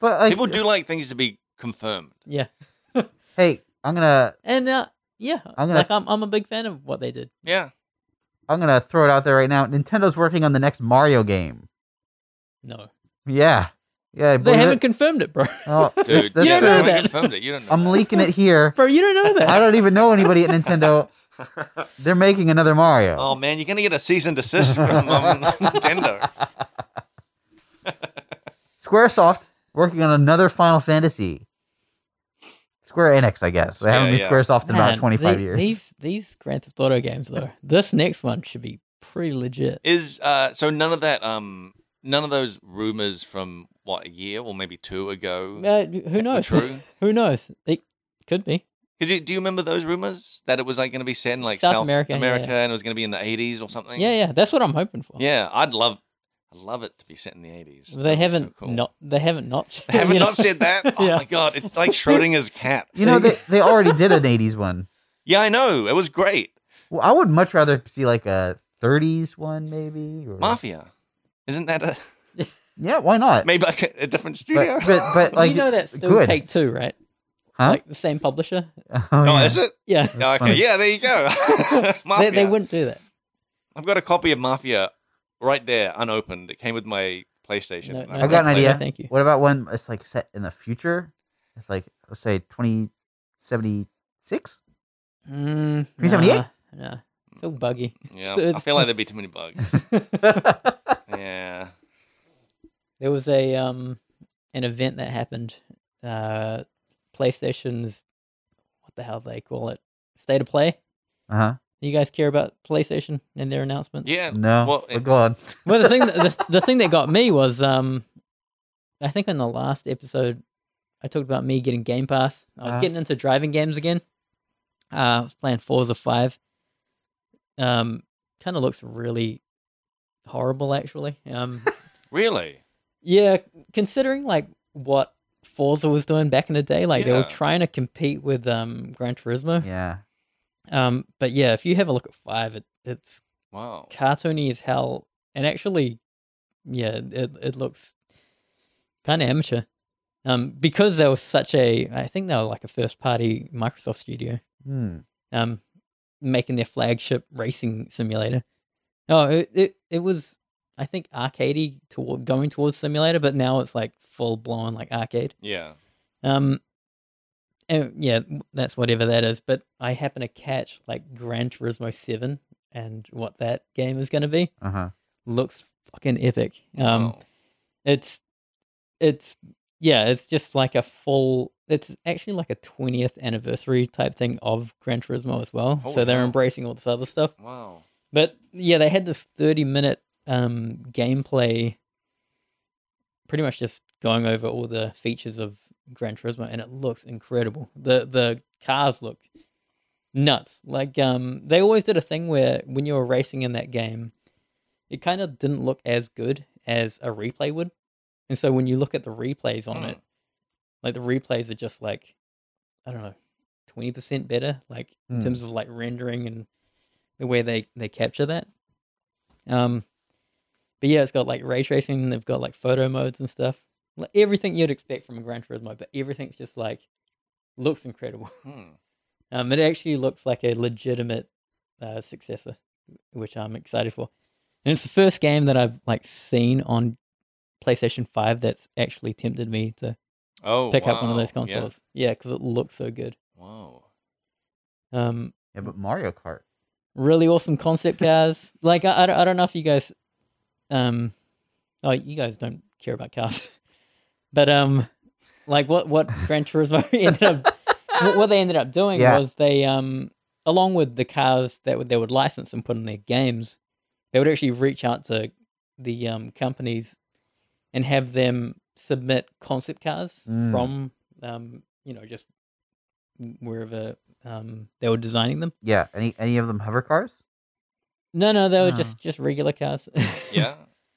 Speaker 1: But like, uh,
Speaker 2: People do like things to be confirmed.
Speaker 3: yeah,
Speaker 1: Hey, I'm gonna
Speaker 3: and uh, yeah,
Speaker 1: I'm gonna-
Speaker 3: like I'm, I'm a big fan of what they did.
Speaker 2: Yeah,
Speaker 1: I'm gonna throw it out there right now. Nintendo's working on the next Mario game.
Speaker 3: No,
Speaker 1: Yeah, yeah.
Speaker 3: they
Speaker 1: believe
Speaker 3: haven't
Speaker 1: it.
Speaker 3: confirmed it, bro.
Speaker 1: Oh,
Speaker 2: dude.
Speaker 1: that's
Speaker 2: yeah,
Speaker 3: You don't know
Speaker 2: no, we
Speaker 3: that.
Speaker 2: confirmed it. You don't know.
Speaker 1: I'm leaking it here.
Speaker 3: bro, you don't know that.
Speaker 1: I don't even know anybody at Nintendo.
Speaker 2: that.
Speaker 1: They're making another Mario.
Speaker 2: oh man, you're gonna get a cease and desist from um, Nintendo.
Speaker 1: SquareSoft working on another Final Fantasy. Square Enix, I guess. They haven't
Speaker 2: Yeah,
Speaker 1: been
Speaker 2: yeah.
Speaker 1: SquareSoft in
Speaker 3: Man,
Speaker 1: about 25
Speaker 3: the-
Speaker 1: years.
Speaker 3: These these Grand Theft Auto games though, this next one should be pretty legit.
Speaker 2: is uh so none of that um none of those rumors from what a year or maybe two ago
Speaker 3: Uh, who
Speaker 2: were
Speaker 3: knows?
Speaker 2: true
Speaker 3: who knows? It could be.
Speaker 2: Could you, do you remember those rumors that it was like going to be set in like
Speaker 3: South
Speaker 2: south,
Speaker 3: America, yeah, yeah.
Speaker 2: and it was going to be in the 80s or something
Speaker 3: Yeah, yeah, that's what I'm hoping for.
Speaker 2: yeah i'd love i'd love it to be set in the 80s That
Speaker 3: They
Speaker 2: would be so
Speaker 3: haven't
Speaker 2: cool.
Speaker 3: not. They haven't not.
Speaker 2: they haven't
Speaker 3: you know?
Speaker 2: not said that oh
Speaker 3: Yeah.
Speaker 2: my god it's like schrodinger's cat
Speaker 1: you know, they, they already did an 80s one.
Speaker 2: yeah i know it was great
Speaker 1: Well, I would much rather see like a 30s one, maybe. Or...
Speaker 2: mafia isn't that a
Speaker 1: Yeah, why not?
Speaker 2: maybe like a, a different studio
Speaker 1: But, but, but like,
Speaker 3: you know that's still
Speaker 1: good.
Speaker 3: Take Two, right?
Speaker 1: Huh?
Speaker 3: Like the same publisher.
Speaker 1: oh,
Speaker 2: oh
Speaker 1: yeah.
Speaker 2: is it
Speaker 3: Yeah,
Speaker 1: That's
Speaker 2: No, okay
Speaker 1: funny.
Speaker 2: yeah there you go
Speaker 3: they, they
Speaker 2: Mafia.
Speaker 3: wouldn't do that.
Speaker 2: I've got a copy of Mafia right there, unopened. It came with my PlayStation.
Speaker 3: No,
Speaker 2: and
Speaker 3: no,
Speaker 2: I
Speaker 1: I've
Speaker 2: played
Speaker 1: got an
Speaker 3: no,
Speaker 2: it
Speaker 1: idea.
Speaker 2: later.
Speaker 3: Thank you.
Speaker 1: What about one that's like set in the future? It's like, let's say 2076?
Speaker 3: Mm,
Speaker 1: 378?
Speaker 3: Nah, nah. Still buggy.
Speaker 2: Yeah, I feel like there'd be too many bugs.
Speaker 1: Uh-huh.
Speaker 2: yeah.
Speaker 3: There was a um an event that happened. Uh PlayStation's what the hell they call it? State of play.
Speaker 1: uh-huh.
Speaker 3: You guys care about PlayStation and their announcements?
Speaker 2: Yeah.
Speaker 1: No.
Speaker 2: Well,
Speaker 1: but go on.
Speaker 3: Well the thing that, the, the thing that got me was um I think in the last episode I talked about me getting Game Pass. I was
Speaker 1: Uh-huh.
Speaker 3: getting into driving games again. Uh, I was playing Forza Five. Um, kind of looks really horrible, actually. Um,
Speaker 2: really?
Speaker 3: yeah, considering like what Forza was doing back in the day, like they were
Speaker 2: Yeah.
Speaker 3: trying to compete with um Gran Turismo.
Speaker 1: Yeah.
Speaker 3: Um, but yeah, if you have a look at Five, it, it's
Speaker 2: Wow.
Speaker 3: cartoony as hell, and actually, yeah, it it looks kind of amateur. Um, because they were such a, I think they were like a first party Microsoft studio.
Speaker 1: Hmm.
Speaker 3: Um, making their flagship racing simulator. No, it it, it was I think arcadey toward going towards simulator, but now it's like full blown like arcade.
Speaker 2: Yeah.
Speaker 3: Um, and yeah, that's whatever that is. But I happen to catch like Gran Turismo Seven and what that game is going to be
Speaker 1: Uh-huh.
Speaker 3: looks fucking epic. Um,
Speaker 2: Wow.
Speaker 3: it's it's yeah, it's just like a full. It's actually like a twentieth anniversary type thing of Gran Turismo as well. so
Speaker 2: Holy
Speaker 3: they're
Speaker 2: hell.
Speaker 3: embracing all this other stuff.
Speaker 2: Wow.
Speaker 3: But yeah, they had this thirty minute um gameplay, pretty much just going over all the features of Gran Turismo, and it looks incredible. The the cars look nuts. Like um, they always did a thing where when you were racing in that game, it kind of didn't look as good as a replay would, and so when you look at the replays on
Speaker 2: Hmm.
Speaker 3: it, like the replays are just like, I don't know, twenty percent better, like in
Speaker 1: Hmm.
Speaker 3: terms of like rendering and the way they they capture that. Um, but yeah, it's got like ray tracing. They've got like photo modes and stuff. Like everything you'd expect from a Gran Turismo, but everything's just like looks incredible.
Speaker 2: Hmm.
Speaker 3: Um, it actually looks like a legitimate uh, successor, which I'm excited for. And it's the first game that I've like seen on PlayStation 5 that's actually tempted me to
Speaker 2: Oh,
Speaker 3: pick up one of
Speaker 2: wow,
Speaker 3: those
Speaker 2: yeah.
Speaker 3: consoles. Yeah, because it looks so good.
Speaker 2: Wow.
Speaker 3: Um,
Speaker 1: Yeah, but Mario Kart.
Speaker 3: really awesome concept cars. like I, I, don't- I don't know if you guys, um, oh you guys don't care about cars, but um, like what what Gran Turismo ended up what, what they ended up doing
Speaker 1: Yeah.
Speaker 3: was they um along with the cars that would they would license and put in their games, they would actually reach out to the um companies and have them submit concept cars
Speaker 1: Mm.
Speaker 3: from um you know just wherever um they were designing them
Speaker 1: Yeah, any any of them hover cars?
Speaker 3: no, no, they were
Speaker 1: Oh.
Speaker 3: just just regular cars.
Speaker 2: Yeah.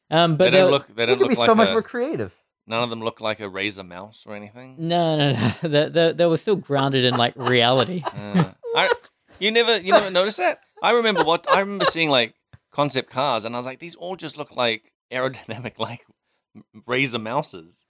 Speaker 3: Um, but
Speaker 2: they don't
Speaker 3: were-
Speaker 2: look. They
Speaker 1: They
Speaker 2: don't
Speaker 1: could
Speaker 2: look
Speaker 1: be
Speaker 2: like
Speaker 1: so much
Speaker 2: a-
Speaker 1: more creative.
Speaker 2: none of them look like a razor mouse or anything.
Speaker 3: No, no, no. They, they, they were still grounded in like reality.
Speaker 2: Uh, I, you never, you never noticed that. I remember what I remember seeing like concept cars, and I was like, these all just look like aerodynamic, like razor mouses.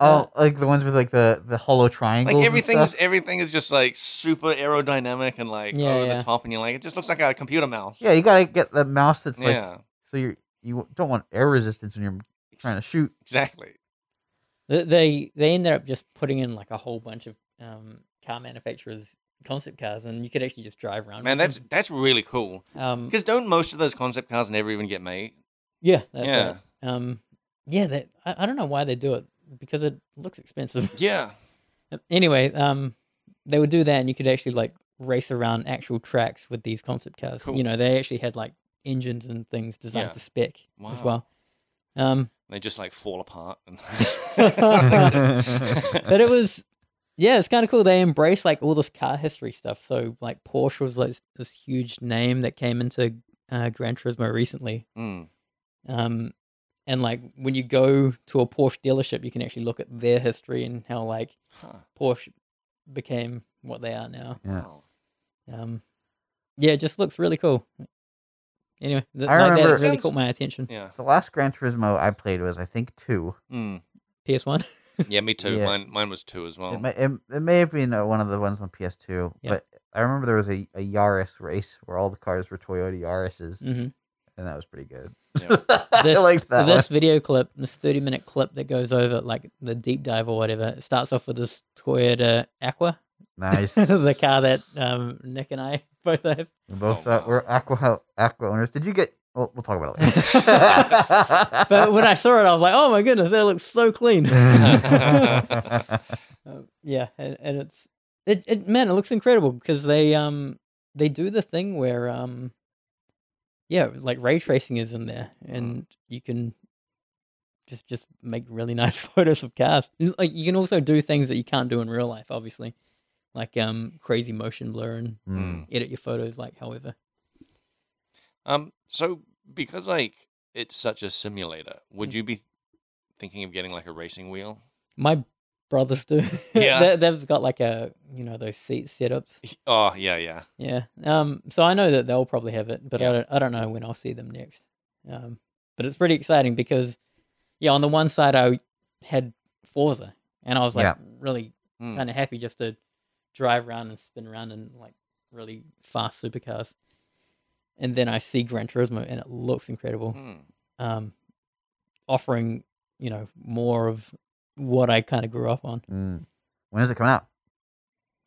Speaker 1: Oh, like the ones with like the the hollow triangle.
Speaker 2: Like everything's everything is just like super aerodynamic and like
Speaker 3: Yeah,
Speaker 2: over
Speaker 3: yeah.
Speaker 2: the top, and you're like, it just looks like a computer mouse.
Speaker 1: Yeah, you gotta get the mouse that's like
Speaker 2: yeah,
Speaker 1: so you you don't want air resistance when you're trying to shoot.
Speaker 2: exactly.
Speaker 3: They- They they ended up just putting in like a whole bunch of um, car manufacturers concept cars, and you could actually just drive around.
Speaker 2: Man,
Speaker 3: with
Speaker 2: that's
Speaker 1: Mm-hmm.
Speaker 3: them.
Speaker 2: that's really cool.
Speaker 3: um,
Speaker 2: Because don't most of those concept cars never even get made?
Speaker 3: yeah, that's
Speaker 2: yeah,
Speaker 3: right. Um, yeah, that I, I don't know why they do it because it looks expensive.
Speaker 2: yeah.
Speaker 3: anyway, um, they would do that, and you could actually like race around actual tracks with these concept cars.
Speaker 2: Cool.
Speaker 3: You know, they actually had like engines and things designed
Speaker 2: Yeah.
Speaker 3: to spec as
Speaker 2: Wow.
Speaker 3: well. Um,
Speaker 2: They just like fall apart. And
Speaker 3: but it was, yeah, it's kind of cool. They embrace like all this car history stuff. So like Porsche was like this huge name that came into uh, Gran Turismo recently.
Speaker 2: Mm,
Speaker 3: Um, and like when you go to a Porsche dealership, you can actually look at their history and how like
Speaker 2: huh,
Speaker 3: Porsche became what they are now.
Speaker 1: Yeah.
Speaker 2: wow.
Speaker 3: Um, yeah, it just looks really cool. Anyway, th-
Speaker 1: I
Speaker 3: like that
Speaker 1: remember-
Speaker 3: really
Speaker 2: Sounds-
Speaker 3: caught my attention.
Speaker 2: Yeah.
Speaker 1: The last Gran Turismo I played was I think two.
Speaker 2: Mm.
Speaker 3: PS One.
Speaker 2: Yeah, me too.
Speaker 1: Yeah.
Speaker 2: Mine, mine was two as well.
Speaker 1: It, may, it, it may have been uh, one of the ones on PS2,
Speaker 3: Yeah.
Speaker 1: but I remember there was a, a Yaris race where all the cars were Toyota Yarises, and that was pretty good.
Speaker 2: Yeah.
Speaker 1: I liked that
Speaker 3: Mm-hmm. this video clip, this 30 minute clip that goes over like the deep dive or whatever, it starts off with this Toyota Aqua,
Speaker 1: one. Nice.
Speaker 3: the car that um, Nick and I both have.
Speaker 1: we both
Speaker 2: Oh,
Speaker 1: uh, we're
Speaker 2: wow.
Speaker 1: aqua aqua owners. Did you get? Well, we'll talk about it later.
Speaker 3: But when I saw it, I was like, oh my goodness, that looks so clean. Um, yeah, and, and it's it, it man, it looks incredible because they um they do the thing where um yeah, like ray tracing is in there, and you can just just make really nice photos of cars. N- Like you can also do things that you can't do in real life, obviously, like um crazy motion blur and
Speaker 1: Mm.
Speaker 2: Mm.
Speaker 3: edit your photos like however.
Speaker 2: Um. So because like it's such a simulator,
Speaker 1: Mm.
Speaker 2: would you be thinking of getting like a racing wheel?
Speaker 3: My brothers do. they,
Speaker 2: Yeah.
Speaker 3: they've got like a you know those seat setups.
Speaker 2: Oh yeah, yeah.
Speaker 3: Yeah. Um. So I know that they'll probably have it, but I
Speaker 2: Yeah.
Speaker 3: don't. I don't know when I'll see them next. Um. But it's pretty exciting because, yeah, on the one side I had Forza, and I was like really
Speaker 2: Mm.
Speaker 3: kind of happy just to drive around and spin around in like really fast supercars. And then I see Gran Turismo, and it looks
Speaker 1: Oh.
Speaker 3: incredible.
Speaker 2: Mm.
Speaker 3: Um, offering you know more of what I kind of grew up on.
Speaker 1: Mm. When is it coming out?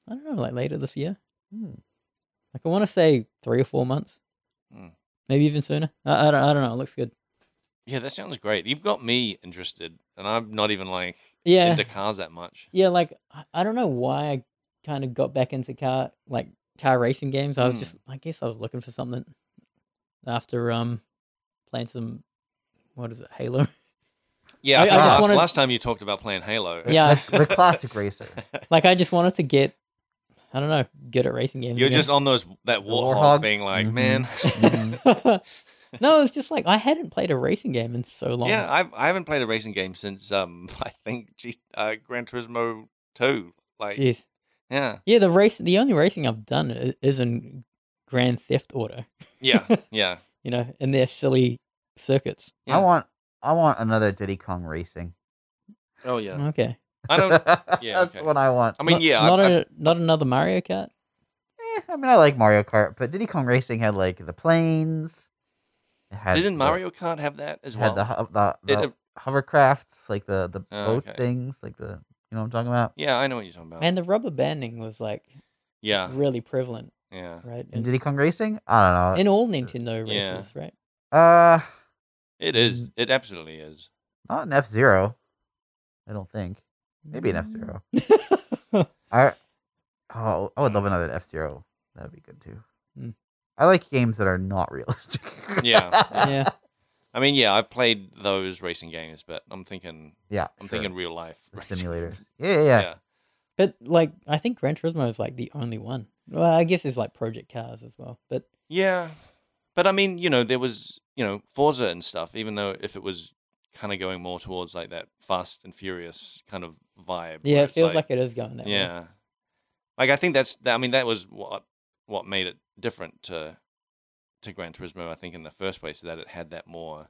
Speaker 3: I don't know, like later this year.
Speaker 1: Mm.
Speaker 3: Like I want to say three or four months,
Speaker 2: Mm.
Speaker 3: maybe even sooner. I, I don't. I don't know. It looks good.
Speaker 2: Yeah, that sounds great. You've got me interested, and I'm not even like
Speaker 3: Yeah,
Speaker 2: into cars that much.
Speaker 3: yeah. Like I, I don't know why I kind of got back into car like car racing games. I was
Speaker 2: Mm.
Speaker 3: just, I guess, I was looking for something after um playing some what is it, Halo?
Speaker 2: Yeah,
Speaker 3: I-
Speaker 2: I think
Speaker 1: I just
Speaker 2: last,
Speaker 3: wanted-
Speaker 2: last time you talked about playing Halo.
Speaker 3: Yeah.
Speaker 1: The, the classic racer.
Speaker 3: like I just wanted to get, I don't know, good at racing games.
Speaker 2: You're
Speaker 3: again.
Speaker 2: just on those that warthog,
Speaker 1: warthogs?
Speaker 2: being like,
Speaker 1: Mhm.
Speaker 3: Mm-hmm.
Speaker 2: man.
Speaker 1: Mhm.
Speaker 3: no, it's just like I hadn't played a racing game in so long.
Speaker 2: Yeah, I've, I haven't played a racing game since um I think G, uh, Gran Turismo two. Like
Speaker 3: Jeez.
Speaker 2: yeah,
Speaker 3: Yeah, the race, the only racing I've done is, is in Grand Theft Auto.
Speaker 2: yeah, yeah.
Speaker 3: You know, in their silly circuits.
Speaker 1: I
Speaker 2: Yeah.
Speaker 1: want I want another Diddy Kong racing.
Speaker 2: Oh yeah.
Speaker 3: Okay.
Speaker 2: I don't. yeah,
Speaker 1: that's
Speaker 2: okay.
Speaker 1: what I want.
Speaker 2: I mean,
Speaker 3: Not-
Speaker 2: yeah. I-
Speaker 3: Not
Speaker 2: I-
Speaker 3: a not another Mario Kart.
Speaker 1: Eh, I mean, I like Mario Kart, but Diddy Kong Racing had like the planes It had
Speaker 2: Didn't
Speaker 1: the-
Speaker 2: Mario Kart have that as
Speaker 1: it
Speaker 2: well?
Speaker 1: had the, hu- the, the
Speaker 2: It-
Speaker 1: hovercrafts, like the the
Speaker 2: Oh,
Speaker 1: boat
Speaker 2: okay.
Speaker 1: things, like the you know what I'm talking about.
Speaker 2: yeah, I know what you're talking about.
Speaker 3: And the rubber banding was like
Speaker 2: yeah,
Speaker 3: really prevalent,
Speaker 2: yeah.
Speaker 3: right?
Speaker 1: In
Speaker 3: In,
Speaker 1: Diddy Kong Racing, I don't
Speaker 3: in all Nintendo
Speaker 2: Yeah.
Speaker 3: races, right?
Speaker 1: know. Uh,
Speaker 2: It
Speaker 3: Mm.
Speaker 2: is. It absolutely is.
Speaker 1: not an F Zero. I don't think. Maybe an F Zero.
Speaker 3: Mm.
Speaker 1: I oh, I would love another F Zero. That would be good too.
Speaker 3: Mm.
Speaker 1: I like games that are not realistic.
Speaker 2: Yeah,
Speaker 3: yeah.
Speaker 2: I mean, yeah, I've played those racing games, but I'm thinking,
Speaker 1: yeah.
Speaker 2: I'm
Speaker 1: sure.
Speaker 2: thinking real life
Speaker 1: The
Speaker 2: racing.
Speaker 1: simulators. Yeah, yeah, yeah.
Speaker 3: But like, I think Gran Turismo is like the only one. Well, I guess there's like Project Cars as well. But
Speaker 2: Yeah. But I mean, you know, there was, you know, Forza and stuff, even though if it was kind of going more towards like that fast and furious kind of vibe.
Speaker 3: yeah,
Speaker 2: where
Speaker 3: it
Speaker 2: it's
Speaker 3: feels like, it is going that way.
Speaker 2: Yeah. Like I think that's that, I mean that was what what made it different to to Gran Turismo I think in the first place that it had that more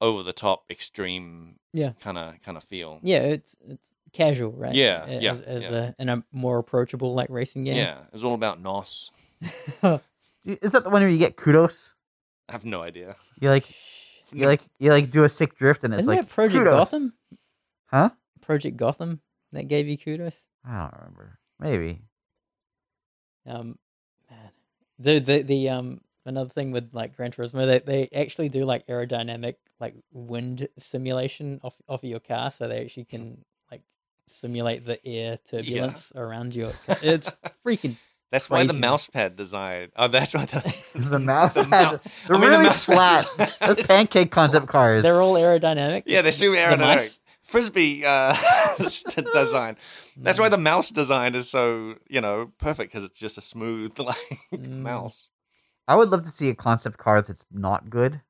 Speaker 2: over the top extreme
Speaker 3: Yeah.
Speaker 2: kind of kind of feel.
Speaker 3: Yeah, it's it's casual, right?
Speaker 2: Yeah,
Speaker 3: A-
Speaker 2: yeah,
Speaker 3: As, as
Speaker 2: yeah.
Speaker 3: A, and a more approachable like racing
Speaker 2: Yeah.
Speaker 3: game.
Speaker 2: It was all about NOS.
Speaker 3: Yeah.
Speaker 1: Y- Is that the one where you get kudos?
Speaker 2: I have no idea.
Speaker 1: You like you like you like do a sick drift and it's
Speaker 3: Isn't
Speaker 1: like
Speaker 3: that Project
Speaker 1: kudos.
Speaker 3: Gotham?
Speaker 1: Huh?
Speaker 3: Project Gotham that gave you kudos.
Speaker 1: I don't remember. Maybe.
Speaker 3: Um, man, dude, the the um another thing with like Gran Turismo, they they actually do like aerodynamic like wind simulation off off of your car, so they actually can like simulate the air turbulence around your. Car. It's freaking
Speaker 2: That's why the
Speaker 3: Crazy.
Speaker 2: mouse pad design. Oh, that's why the
Speaker 1: The mouse
Speaker 2: the
Speaker 1: pad- They're
Speaker 2: mou- I mean, the
Speaker 1: really
Speaker 2: mouse pad
Speaker 1: flat.
Speaker 2: design
Speaker 1: Those
Speaker 2: is-
Speaker 1: pancake concept cars.
Speaker 3: They're all aerodynamic.
Speaker 2: Yeah, they're super
Speaker 3: The mice?
Speaker 2: aerodynamic. Frisbee uh, design. That's why the mouse design is so you know perfect because it's just a smooth like
Speaker 3: Mm.
Speaker 2: mouse.
Speaker 1: I would love to see a concept car that's not good.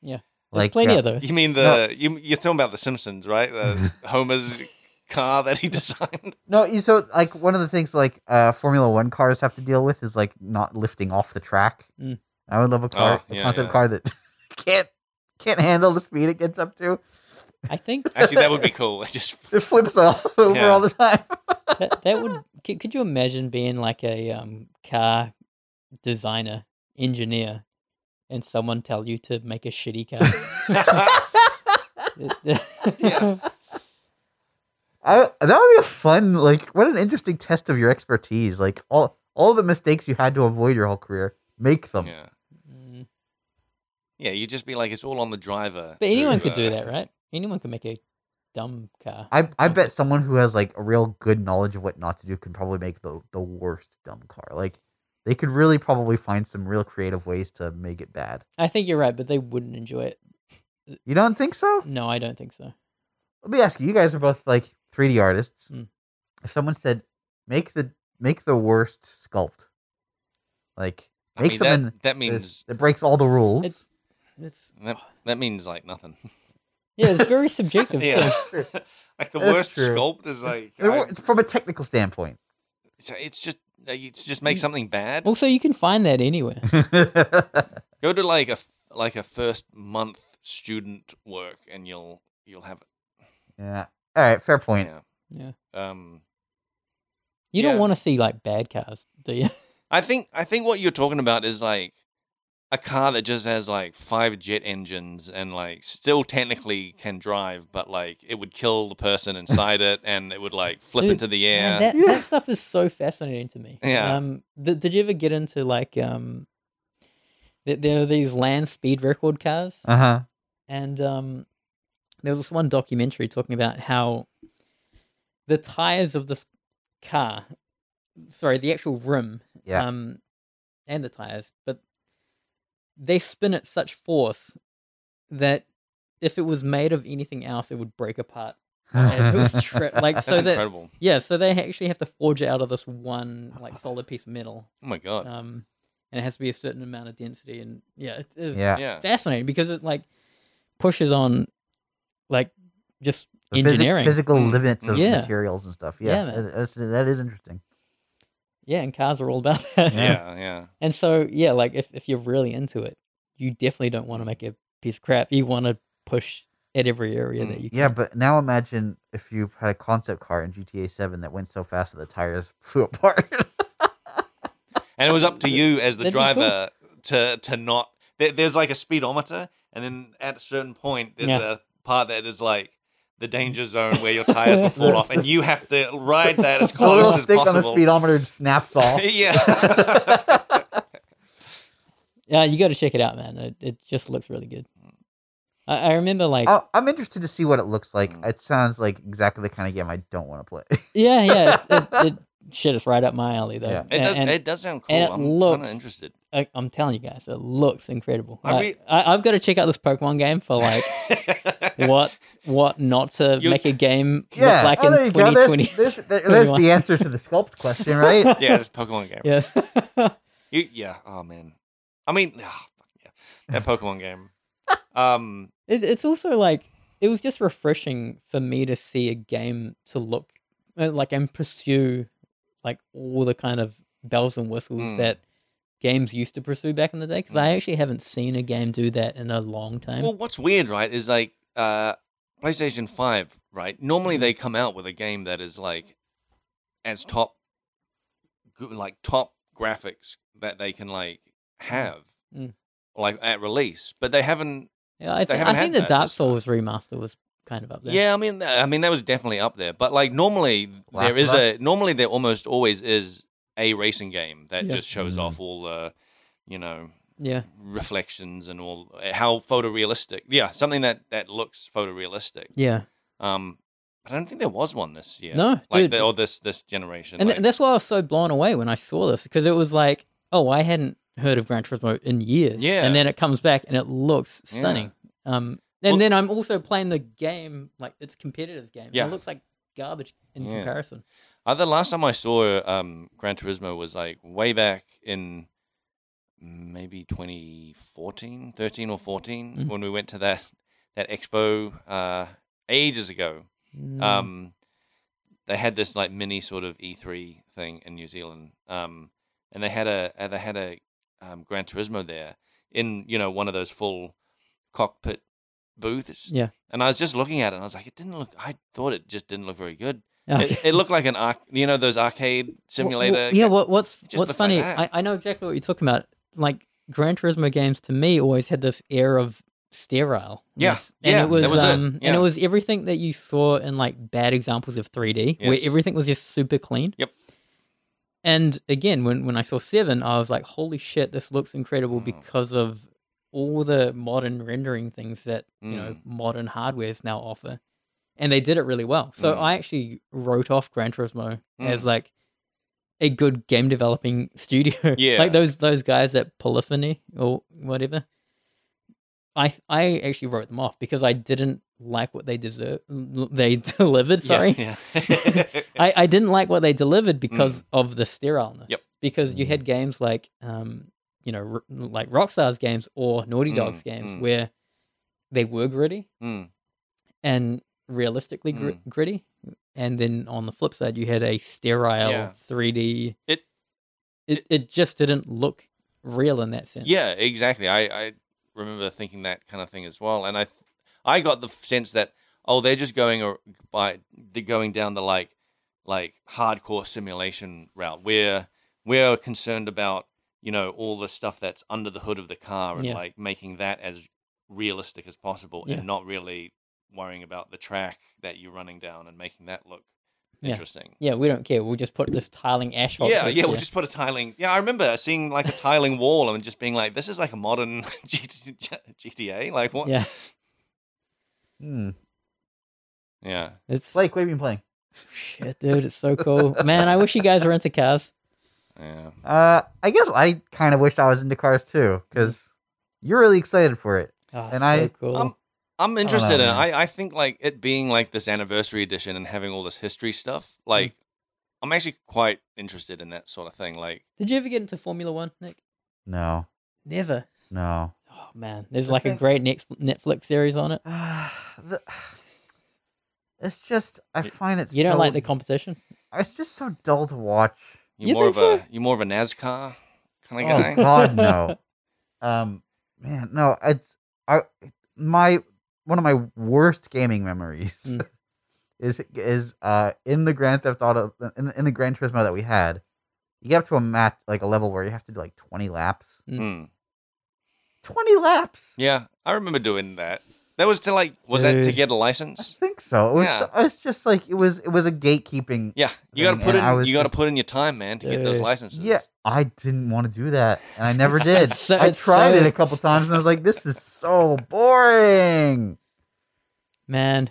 Speaker 3: Yeah. There's
Speaker 1: Like
Speaker 3: plenty
Speaker 1: uh,
Speaker 3: of those.
Speaker 2: You mean
Speaker 1: No.
Speaker 2: the you you're talking about the Simpsons, right? The Homer's car that he designed.
Speaker 1: No, you so like one of the things like uh Formula One cars have to deal with is like not lifting off the track.
Speaker 3: Mm.
Speaker 1: I would love a car,
Speaker 2: Oh,
Speaker 1: a
Speaker 2: yeah,
Speaker 1: concept
Speaker 2: yeah.
Speaker 1: car that can't can't handle the speed it gets up to.
Speaker 3: I think
Speaker 2: Actually, that would be cool. I just
Speaker 1: It flips all over
Speaker 2: Yeah.
Speaker 1: all the time.
Speaker 3: that, that would. Could, could you imagine being like a um, car designer engineer, and someone tell you to make a shitty car?
Speaker 2: Yeah.
Speaker 1: I, that would be a fun, like, what an interesting test of your expertise. Like all all the mistakes you had to avoid your whole career, make them.
Speaker 2: yeah
Speaker 3: Mm.
Speaker 2: yeah you'd just be like it's all on the driver.
Speaker 3: But
Speaker 2: to,
Speaker 3: anyone could
Speaker 2: uh,
Speaker 3: do that, right? Anyone could make a dumb car.
Speaker 1: I, I bet someone who has like a real good knowledge of what not to do can probably make the the worst dumb car. Like they could really probably find some real creative ways to make it bad.
Speaker 3: I think you're right, but they wouldn't enjoy it.
Speaker 1: You don't think
Speaker 2: Mm.
Speaker 1: so?
Speaker 3: No, I don't think so.
Speaker 1: Let me ask you. You guys are both like 3D artists.
Speaker 2: Hmm.
Speaker 3: Mm.
Speaker 1: If someone said make the make the worst sculpt, like
Speaker 2: I
Speaker 1: make
Speaker 2: mean,
Speaker 1: something
Speaker 2: that, that
Speaker 1: that-
Speaker 2: means
Speaker 1: that breaks all the rules.
Speaker 3: It's it's
Speaker 2: that, that means like nothing.
Speaker 3: yeah, it's very subjective
Speaker 2: Yeah,
Speaker 3: too.
Speaker 2: like the
Speaker 1: That's
Speaker 2: worst
Speaker 1: true.
Speaker 2: sculpt is like
Speaker 1: It
Speaker 2: I-
Speaker 1: wor- from a technical standpoint.
Speaker 2: So it's just like, it's just make
Speaker 3: Mm.
Speaker 2: something bad.
Speaker 3: Also, you can find that anywhere.
Speaker 1: yeah,
Speaker 2: Go to like a f- like a first month student work, and you'll you'll have it.
Speaker 1: all right, fair point.
Speaker 2: Yeah.
Speaker 3: Yeah.
Speaker 2: Um.
Speaker 3: You
Speaker 2: Yeah.
Speaker 3: don't want to see like bad cars, do you?
Speaker 2: I think I think what you're talking about is like a car that just has like five jet engines and like still technically can drive, but like it would kill the person inside it, and it would like flip
Speaker 3: Dude,
Speaker 2: into the
Speaker 3: Man,
Speaker 2: air.
Speaker 3: that,
Speaker 1: Yeah.
Speaker 3: that stuff is so fascinating to me.
Speaker 2: Yeah.
Speaker 3: Um, did, did you ever get into like um, th- there are these land speed record cars,
Speaker 1: Uh huh.
Speaker 3: and um, there was this one documentary talking about how the tires of this car, sorry, the actual rim,
Speaker 1: Yeah.
Speaker 3: um, and the tires, but they spin at such force that if it was made of anything else, it would break apart. And it was tri- like
Speaker 2: That's
Speaker 3: so that
Speaker 2: incredible.
Speaker 3: yeah, so they actually have to forge it out of this one like solid piece of metal,
Speaker 2: Oh my god.
Speaker 3: um, and it has to be a certain amount of density, and yeah, it is
Speaker 1: yeah.
Speaker 2: yeah.
Speaker 3: fascinating because it like pushes on, like just
Speaker 1: The physi-
Speaker 3: engineering,
Speaker 1: physical
Speaker 2: Mm,
Speaker 1: limits of
Speaker 3: yeah.
Speaker 1: materials and stuff.
Speaker 3: Yeah,
Speaker 1: Yeah,
Speaker 3: man.
Speaker 1: that- that's- that is interesting.
Speaker 3: yeah, and cars are all about that,
Speaker 2: yeah. Yeah.
Speaker 3: and so yeah, like if if you're really into it, you definitely don't want to make a piece of crap. You want to push at every area that you can.
Speaker 1: Yeah, but now imagine if you had a concept car in GTA Seven that went so fast that the tires flew apart.
Speaker 2: And it was up to you as the
Speaker 3: That'd be cool.
Speaker 2: driver to to not there, there's like a speedometer, and then at a certain point, there's
Speaker 3: Yeah.
Speaker 2: a part that is like the danger zone where your tires will fall off, and you have to ride that as
Speaker 3: Oh,
Speaker 1: The little
Speaker 2: close as
Speaker 1: stick on the
Speaker 2: possible.
Speaker 1: speedometer snaps off.
Speaker 2: yeah.
Speaker 3: Yeah, Uh, you got to check it out, man. It, it just looks really good. I, I remember like
Speaker 1: I, I'm interested to see what it looks like.
Speaker 2: Mm.
Speaker 1: It sounds like exactly the kind of game I don't want to play.
Speaker 3: yeah, yeah. It, it, it shit is right up my alley though.
Speaker 1: Yeah.
Speaker 2: It does.
Speaker 3: And-
Speaker 2: it does sound cool.
Speaker 3: and it
Speaker 2: I'm kind
Speaker 3: looks-
Speaker 2: of interested.
Speaker 3: I, I'm telling you guys, it looks incredible.
Speaker 2: I
Speaker 3: Like,
Speaker 2: re-
Speaker 3: I, I've got to check out this Pokemon game for like what what not to
Speaker 2: You-
Speaker 3: make a game
Speaker 1: yeah,
Speaker 3: look like
Speaker 1: oh, there
Speaker 3: in
Speaker 1: you go. There's,
Speaker 3: 2020.
Speaker 1: there's, there's the answer to the sculpt question, right?
Speaker 2: yeah, this Pokemon game.
Speaker 3: yeah,
Speaker 2: You, yeah. Oh man. I mean, ah, fuck yeah. That Pokemon game. Um.
Speaker 3: it's, it's also like it was just refreshing for me to see a game to look uh, like and pursue like all the kind of bells and whistles
Speaker 2: Mm.
Speaker 3: that games used to pursue back in the day because I actually haven't seen a game do that in a long time.
Speaker 2: Hmm. Well, what's weird, right, is like uh, PlayStation Five, right? Normally they come out with a game that is like as top, good, like top graphics that they can like have,
Speaker 3: Mm.
Speaker 2: like at release, but they haven't.
Speaker 3: yeah, I,
Speaker 2: they
Speaker 3: thi-
Speaker 2: haven't
Speaker 3: I think
Speaker 2: had
Speaker 3: the
Speaker 2: that
Speaker 3: Dark
Speaker 2: this far.
Speaker 3: Souls remaster was kind of up there.
Speaker 2: Yeah, I mean, I mean that was definitely up there, but like normally
Speaker 1: Last
Speaker 2: there is
Speaker 1: of
Speaker 2: a normally there almost always is a racing game that
Speaker 3: Yeah.
Speaker 2: just shows
Speaker 1: Mm.
Speaker 2: off all the, you know,
Speaker 3: yeah,
Speaker 2: reflections and all eh, how photorealistic. Yeah, something that that looks photorealistic.
Speaker 3: yeah.
Speaker 2: Um, but I don't think there was one this year.
Speaker 3: No,
Speaker 2: like
Speaker 3: dude.
Speaker 2: the, or this this generation.
Speaker 3: And
Speaker 2: like-
Speaker 3: th- that's why I was so blown away when I saw this because it was like, oh, I hadn't heard of Gran Turismo in years.
Speaker 2: Yeah.
Speaker 3: And then it comes back and it looks
Speaker 2: Yeah.
Speaker 3: stunning. Um, and
Speaker 2: Well-
Speaker 3: then I'm also playing the game like it's competitive game. and
Speaker 2: Yeah.
Speaker 3: It looks like garbage in
Speaker 2: Yeah.
Speaker 3: comparison.
Speaker 2: Uh, the last time I saw um, Gran Turismo was like way back in maybe 2014, 13 or 14,
Speaker 3: Mhm.
Speaker 2: when we went to that that expo uh, ages ago.
Speaker 3: Mm.
Speaker 2: Um, they had this like mini sort of E3 thing in New Zealand, um, and they had a uh, they had a um, Gran Turismo there in you know one of those full cockpit booths.
Speaker 3: Yeah.
Speaker 2: And I was just looking at it, and I was like, it didn't look. I thought it just didn't look very good.
Speaker 3: Okay.
Speaker 2: It, it looked like an arc, you know, those arcade
Speaker 3: Well, well,
Speaker 2: simulator.
Speaker 3: yeah. What, what's
Speaker 2: just
Speaker 3: what's
Speaker 2: looked like
Speaker 3: funny?
Speaker 2: that.
Speaker 3: I, I know exactly what you're talking about. Like Gran Turismo games to me always had this air of sterile.
Speaker 2: Yeah,
Speaker 3: And
Speaker 2: yeah,
Speaker 3: it was,
Speaker 2: that was it,
Speaker 3: um and
Speaker 2: yeah.
Speaker 3: it was everything that you saw in like bad examples of 3D where
Speaker 2: Yes.
Speaker 3: everything was just super clean.
Speaker 2: Yep.
Speaker 3: And again, when when I saw 7, I was like holy shit, this looks incredible
Speaker 2: Mm.
Speaker 3: because of all the modern rendering things that, you know,
Speaker 2: Mm.
Speaker 3: modern hardwares now offer. And they did it really well. So
Speaker 2: Mm.
Speaker 3: I actually wrote off Gran Turismo as
Speaker 2: Mm.
Speaker 3: like a good game developing studio.
Speaker 2: Yeah.
Speaker 3: like those those guys at Polyphony or whatever. I I actually wrote them off because I didn't like what they deserve they delivered.
Speaker 2: Yeah,
Speaker 3: Sorry,
Speaker 2: Yeah.
Speaker 3: I, I didn't like what they delivered because of the sterileness.
Speaker 2: Mm. Yep.
Speaker 3: Because you
Speaker 1: Mm.
Speaker 3: had games like um you know r- like Rockstar's games or Naughty
Speaker 2: Mm,
Speaker 3: Dog's games
Speaker 2: mm.
Speaker 3: where they were gritty
Speaker 2: Mm,
Speaker 3: and realistically gr-
Speaker 2: Mm.
Speaker 3: gritty. And then on the flip side, you had a sterile
Speaker 2: Yeah.
Speaker 3: 3D.
Speaker 2: It-
Speaker 3: it it just didn't look real in that sense.
Speaker 2: yeah, exactly. I, I remember thinking that kind of thing as well, and I th- I got the f- sense that oh, they're just going or by they're going down the like like hardcore simulation route. We're we're concerned about you know all the stuff that's under the hood of the car and
Speaker 3: Yeah.
Speaker 2: like making that as realistic as possible,
Speaker 3: Yeah.
Speaker 2: and not really worrying about the track that you're running down and making that look
Speaker 3: Yeah.
Speaker 2: interesting.
Speaker 3: Yeah, we don't care. We'll just put this tiling asphalt.
Speaker 2: Yeah,
Speaker 3: bricks
Speaker 2: yeah,
Speaker 3: here.
Speaker 2: we'll just put a tiling. Yeah, I remember seeing like a tiling wall and just being like, this is like a modern GT GTA. Like, what?
Speaker 3: Yeah,
Speaker 1: Hmm.
Speaker 2: Yeah.
Speaker 3: it's like
Speaker 1: Blake, what have you been playing?
Speaker 3: shit, dude. It's so cool, man. I wish you guys were into cars.
Speaker 2: Yeah.
Speaker 1: Uh, I guess I kind of wished I was into cars too, because
Speaker 3: Mm-hmm.
Speaker 1: you're really excited for it.
Speaker 3: Oh,
Speaker 1: And
Speaker 3: so
Speaker 1: I-
Speaker 3: cool.
Speaker 2: Um, I'm interested in.
Speaker 1: man.
Speaker 2: I I think like it being like this anniversary edition and having all this history stuff.
Speaker 1: Hmm.
Speaker 2: Like, I'm actually quite interested in that sort of thing. Like,
Speaker 3: Did you ever get into Formula One, Nick?
Speaker 1: No,
Speaker 3: Never.
Speaker 1: no.
Speaker 3: Oh man, there's like a
Speaker 1: Okay.
Speaker 3: great Nex- Netflix series on it.
Speaker 1: the, it's just I
Speaker 2: Y-
Speaker 1: find it.
Speaker 3: You don't
Speaker 1: so-
Speaker 3: like the competition?
Speaker 1: It's just so dull to watch.
Speaker 2: you're
Speaker 3: You
Speaker 2: more of
Speaker 3: think so?
Speaker 2: a you're more of a NASCAR kind of
Speaker 1: Oh
Speaker 2: guy.
Speaker 1: God, no. Um, man, no. It's I my one of my worst gaming memories
Speaker 3: Mm.
Speaker 1: is is uh in the Grand Theft Auto in, in the Grand Turismo that we had. You get up to a match like a level where you have to do like twenty laps.
Speaker 2: Mm.
Speaker 1: twenty laps.
Speaker 2: Hmm. Yeah, I remember doing that. That was to like, was that to
Speaker 3: Dude.
Speaker 2: get a
Speaker 1: I
Speaker 2: license?
Speaker 1: think so. It was,
Speaker 2: Yeah.
Speaker 1: so- it's just like it was. It was a gatekeeping.
Speaker 2: Yeah, you got to
Speaker 1: Thing,
Speaker 2: put
Speaker 1: and I
Speaker 2: in.
Speaker 1: was
Speaker 2: You got to
Speaker 1: just-
Speaker 2: put in your time, man, to get those
Speaker 3: Dude.
Speaker 2: licenses.
Speaker 1: Yeah, I didn't want to do that, and I never did.
Speaker 3: It's so-
Speaker 1: I
Speaker 3: it's
Speaker 1: tried
Speaker 3: so-
Speaker 1: it a couple times, and I was like, "This is so boring."
Speaker 3: man.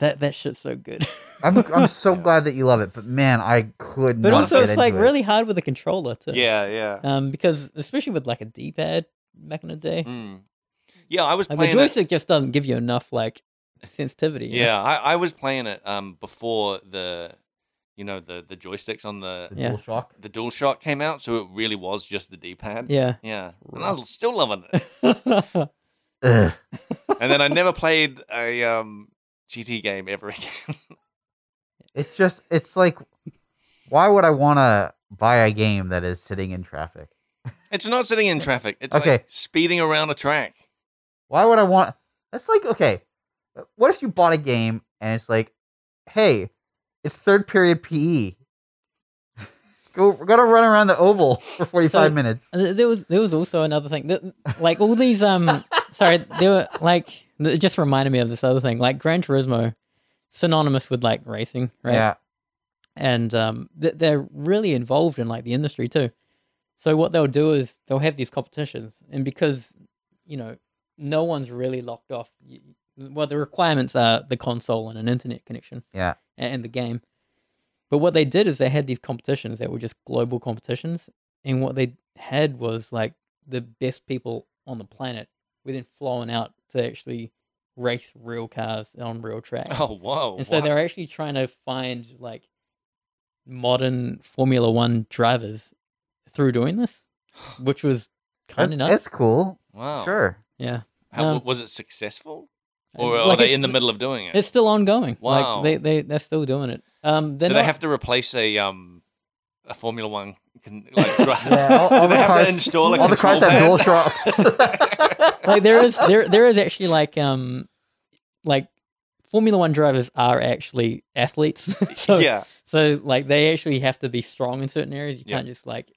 Speaker 3: That that shit's so good.
Speaker 1: I'm I'm so
Speaker 2: Yeah.
Speaker 1: glad that you love it, but man, I could
Speaker 3: but
Speaker 1: not.
Speaker 3: also,
Speaker 1: get
Speaker 3: it's like
Speaker 1: into it.
Speaker 3: really hard with a controller too.
Speaker 2: yeah, yeah.
Speaker 3: Um, because especially with like a D pad back in the day,
Speaker 2: Mm. Yeah, I was
Speaker 3: like the
Speaker 2: playing. it,
Speaker 3: joystick just doesn't give you enough like sensitivity. you know?
Speaker 2: yeah, I, I was playing it um before the, you know, the the joysticks on the
Speaker 1: The
Speaker 3: Yeah.
Speaker 1: DualShock.
Speaker 2: the DualShock came out, so it really was just the D pad.
Speaker 3: Yeah.
Speaker 2: Yeah, and I was still loving it.
Speaker 1: Ugh.
Speaker 2: and then I never played a um GT game ever again.
Speaker 1: It's just it's like, why would I want to buy a game that is sitting in traffic?
Speaker 2: it's not sitting in traffic. It's
Speaker 1: Okay.
Speaker 2: like speeding around a track.
Speaker 1: Why would I want? That's like okay. What if you bought a game and it's like, hey, it's third period PE. Go, we're gonna run around the oval for forty five
Speaker 3: So-
Speaker 1: minutes.
Speaker 3: And th- There was there was also another thing that like all these um sorry there were like th- it just reminded me of this other thing like Gran Turismo synonymous with like racing right
Speaker 1: Yeah,
Speaker 3: and um th- they're really involved in like the industry too so what they'll do is they'll have these competitions and because you know no one's really locked off y- well the requirements are the console and an internet connection
Speaker 1: Yeah.
Speaker 3: a- and the game but what they did is they had these competitions that were just global competitions and what they had was like the best people on the planet were then flown out to actually race real cars on real tracks
Speaker 2: Oh whoa!
Speaker 3: and so
Speaker 2: wow.
Speaker 3: they're actually trying to find like modern Formula One drivers through doing this, which was kind
Speaker 1: that's,
Speaker 3: of
Speaker 1: that's
Speaker 3: nuts.
Speaker 1: cool.
Speaker 3: Oh.
Speaker 2: wow.
Speaker 1: Sure.
Speaker 3: Yeah,
Speaker 2: How,
Speaker 3: Um,
Speaker 2: was it successful, or
Speaker 3: And,
Speaker 2: are
Speaker 3: like,
Speaker 2: they
Speaker 3: it's-
Speaker 2: in the middle of doing it?
Speaker 3: It's still ongoing.
Speaker 2: Wow.
Speaker 3: Like they they they're still doing it. Um,
Speaker 2: Do
Speaker 3: they're
Speaker 2: they
Speaker 3: not-
Speaker 2: have to replace a um a Formula One? Can, like, dri-
Speaker 1: Yeah, all, all
Speaker 2: Do
Speaker 1: the
Speaker 2: they have
Speaker 1: cars,
Speaker 2: to install a
Speaker 1: all the cars have dual
Speaker 2: control pad?
Speaker 1: shocks.
Speaker 3: like there is there there is actually like um like Formula One drivers are actually athletes. so
Speaker 2: yeah,
Speaker 3: so like they actually have to be strong in certain areas. You
Speaker 2: Yeah.
Speaker 3: can't just like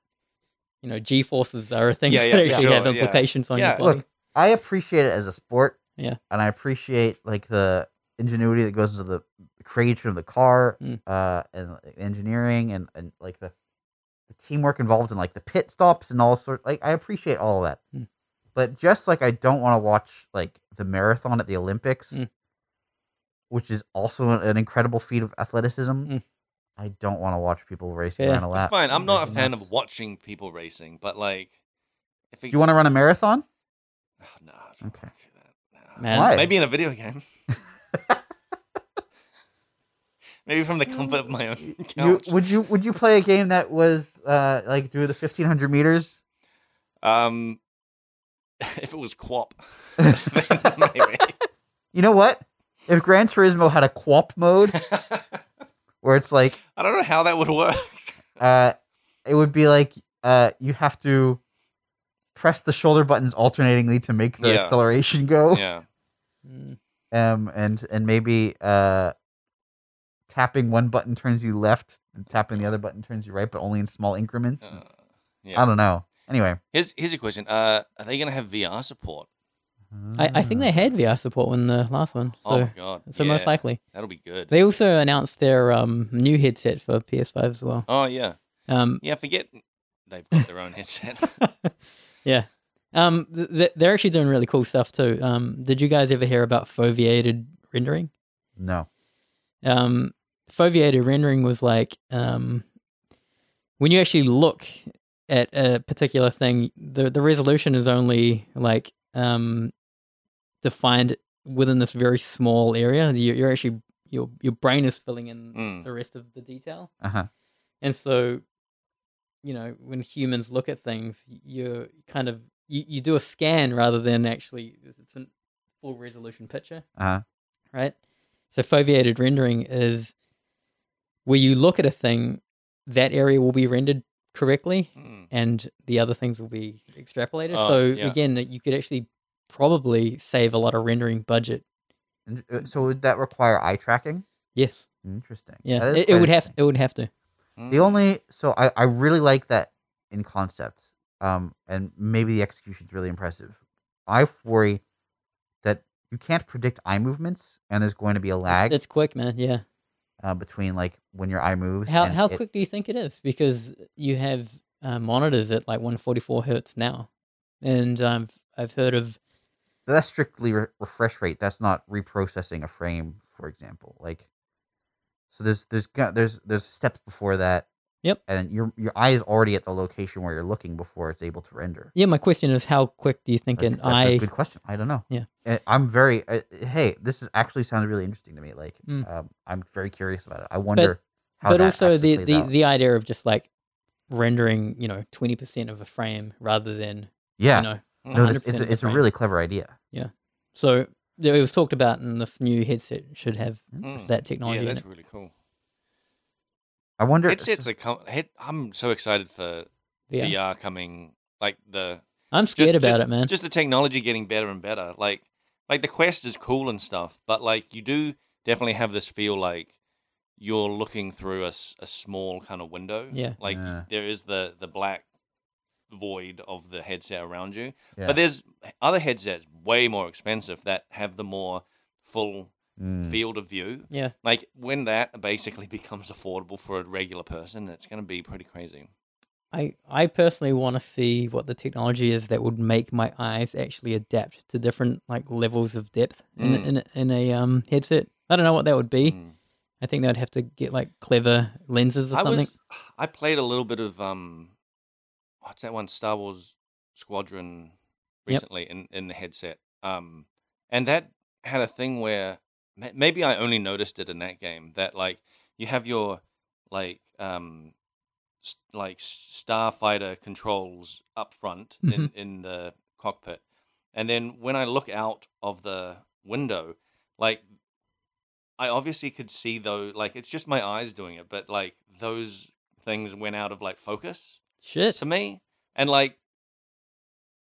Speaker 3: you know G forces are a thing
Speaker 2: Yeah,
Speaker 3: that
Speaker 2: yeah, for
Speaker 3: actually have
Speaker 2: sure, yeah.
Speaker 3: implications on
Speaker 2: Yeah.
Speaker 3: your body.
Speaker 1: Look, I appreciate it as a sport.
Speaker 3: Yeah.
Speaker 1: And I appreciate like the ingenuity that goes into the creation of the car,
Speaker 2: Hmm.
Speaker 3: Mm.
Speaker 1: uh, and like, engineering and, and like the, the teamwork involved in like the pit stops and all sorts. Like I appreciate all that.
Speaker 2: Hmm.
Speaker 3: Mm.
Speaker 1: But just like I don't want to watch like the marathon at the Olympics,
Speaker 2: Hmm.
Speaker 3: Mm.
Speaker 1: which is also an, an incredible feat of athleticism.
Speaker 3: Mm.
Speaker 1: I don't want to watch people racing
Speaker 3: Yeah.
Speaker 1: around a lap.
Speaker 2: Hmm. it's fine. I'm not a
Speaker 1: That's-
Speaker 2: fan of watching people racing, but like, if it,
Speaker 1: You want to run a marathon?
Speaker 2: Oh, no, I don't
Speaker 1: Okay.
Speaker 2: wanna see that. No.
Speaker 3: Man.
Speaker 1: Why?
Speaker 2: Maybe in a video game. Maybe from the comfort of my own
Speaker 1: You,
Speaker 2: couch.
Speaker 1: would you would you play a game that was uh like do the fifteen hundred meters?
Speaker 2: Um, if it was Quap, maybe.
Speaker 1: You know what? If Gran Turismo had a quap mode where it's like
Speaker 2: I don't know how that would work.
Speaker 1: uh it would be like uh you have to press the shoulder buttons alternatingly to make the
Speaker 2: Yeah.
Speaker 1: acceleration go.
Speaker 2: Yeah.
Speaker 3: Mm.
Speaker 1: Um and and maybe uh tapping one button turns you left and tapping the other button turns you right, but only in small increments. I
Speaker 2: Uh, yeah.
Speaker 1: don't know. Anyway.
Speaker 2: Here's here's a question. Uh, are they gonna have VR support?
Speaker 3: I,
Speaker 1: Hmm.
Speaker 3: I think they had VR support when the last one. So,
Speaker 2: Oh my god.
Speaker 3: so
Speaker 2: yeah,
Speaker 3: most likely.
Speaker 2: that'll be good.
Speaker 3: They also announced their um, new headset for PS5 as well.
Speaker 2: oh yeah.
Speaker 3: Um,
Speaker 2: Yeah. Forget they've got their own headset.
Speaker 3: yeah. Um, th- th- they're actually doing really cool stuff too. Um, did you guys ever hear about foveated rendering?
Speaker 1: No.
Speaker 3: Um, foveated rendering was like um, when you actually look at a particular thing, the, the resolution is only like um, defined within this very small area. You, you're actually your your brain is filling in
Speaker 2: Mm.
Speaker 3: the rest of the detail.
Speaker 1: Uh-huh.
Speaker 3: And so, you know, when humans look at things, y- you're kind of you, you do a scan rather than actually it's a full resolution picture,
Speaker 1: Uh-huh.
Speaker 3: right? So foveated rendering is where you look at a thing, that area will be rendered correctly,
Speaker 2: Hmm.
Speaker 3: and the other things will be extrapolated.
Speaker 2: Oh,
Speaker 3: so
Speaker 2: yeah.
Speaker 3: again, that you could actually probably save a lot of rendering budget.
Speaker 1: And, uh, So would that require eye tracking?
Speaker 3: Yes,
Speaker 1: Interesting.
Speaker 3: yeah,
Speaker 1: That is
Speaker 3: it, it
Speaker 1: quite
Speaker 3: would have
Speaker 1: interesting.
Speaker 3: it would have to.
Speaker 2: hmm,
Speaker 1: The only so I I really like that in concept, um, and maybe the execution's really impressive. I worry that you can't predict eye movements, and there's going to be a lag
Speaker 3: It's quick, man. Yeah.
Speaker 1: uh, between like when your eye moves.
Speaker 3: How
Speaker 1: and
Speaker 3: how
Speaker 1: it-
Speaker 3: quick do you think it is? Because you have uh, monitors at like 144 hertz now, and um, I've heard of
Speaker 1: That's strictly re- refresh rate. That's not reprocessing a frame, for example. Like, so there's there's go- there's there's steps before that.
Speaker 3: Yep.
Speaker 1: And your your eye is already at the location where you're looking before it's able to render.
Speaker 3: yeah. My question is, how quick do you think
Speaker 1: That's,
Speaker 3: an
Speaker 1: that's
Speaker 3: eye?
Speaker 1: a good question. I don't know.
Speaker 3: Yeah.
Speaker 1: Uh, I'm very. Uh, hey, this is actually sounds really interesting to me. Like,
Speaker 3: Mm.
Speaker 1: um, I'm very curious about it. I wonder how.
Speaker 3: but
Speaker 1: that
Speaker 3: also
Speaker 1: actually
Speaker 3: the
Speaker 1: plays
Speaker 3: the,
Speaker 1: out.
Speaker 3: the idea of just like rendering, you know, 20% of a frame rather than
Speaker 1: yeah.
Speaker 3: you know
Speaker 1: no, this-
Speaker 3: 100%
Speaker 1: it's
Speaker 3: of
Speaker 1: a,
Speaker 3: the
Speaker 1: it's a
Speaker 3: frame.
Speaker 1: really clever idea.
Speaker 3: So yeah, it was talked about, and this new headset should have
Speaker 2: Mm.
Speaker 3: that technology.
Speaker 2: yeah,
Speaker 3: in
Speaker 2: that's
Speaker 3: it.
Speaker 2: really cool.
Speaker 1: I wonder.
Speaker 2: Headsets are com- head- I'm so excited for
Speaker 3: Yeah.
Speaker 2: VR coming. Like the
Speaker 3: I'm
Speaker 2: just,
Speaker 3: scared about
Speaker 2: just-
Speaker 3: it, man.
Speaker 2: Just the technology getting better and better. Like like the Quest is cool and stuff, but like you do definitely have this feel like you're looking through a, s- a small kind of window.
Speaker 3: Yeah.
Speaker 2: Like
Speaker 1: Yeah.
Speaker 2: there is the the black void of the headset around you.
Speaker 1: Yeah.
Speaker 2: But there's other headsets way more expensive that have the more full
Speaker 1: Mm.
Speaker 2: field of view.
Speaker 3: yeah,
Speaker 2: Like when that basically becomes affordable for a regular person, it's going to be pretty crazy.
Speaker 3: I I personally want to see what the technology is that would make my eyes actually adapt to different like levels of depth in,
Speaker 2: Mm.
Speaker 3: in, a- in a um headset. I don't know what that would be.
Speaker 2: Mm.
Speaker 3: I think they'd have to get like clever lenses or
Speaker 2: I
Speaker 3: something.
Speaker 2: was I played a little bit of um what's that one Star Wars Squadron
Speaker 3: Yep.
Speaker 2: recently in in the headset. Um and that had a thing where ma- maybe I only noticed it in that game that like you have your like um s- like s- starfighter controls up front
Speaker 3: Mm-hmm.
Speaker 2: in in the cockpit. And then when I look out of the window, like I obviously could see though, like it's just my eyes doing it, but like those things went out of like focus
Speaker 3: Shit.
Speaker 2: to me, and like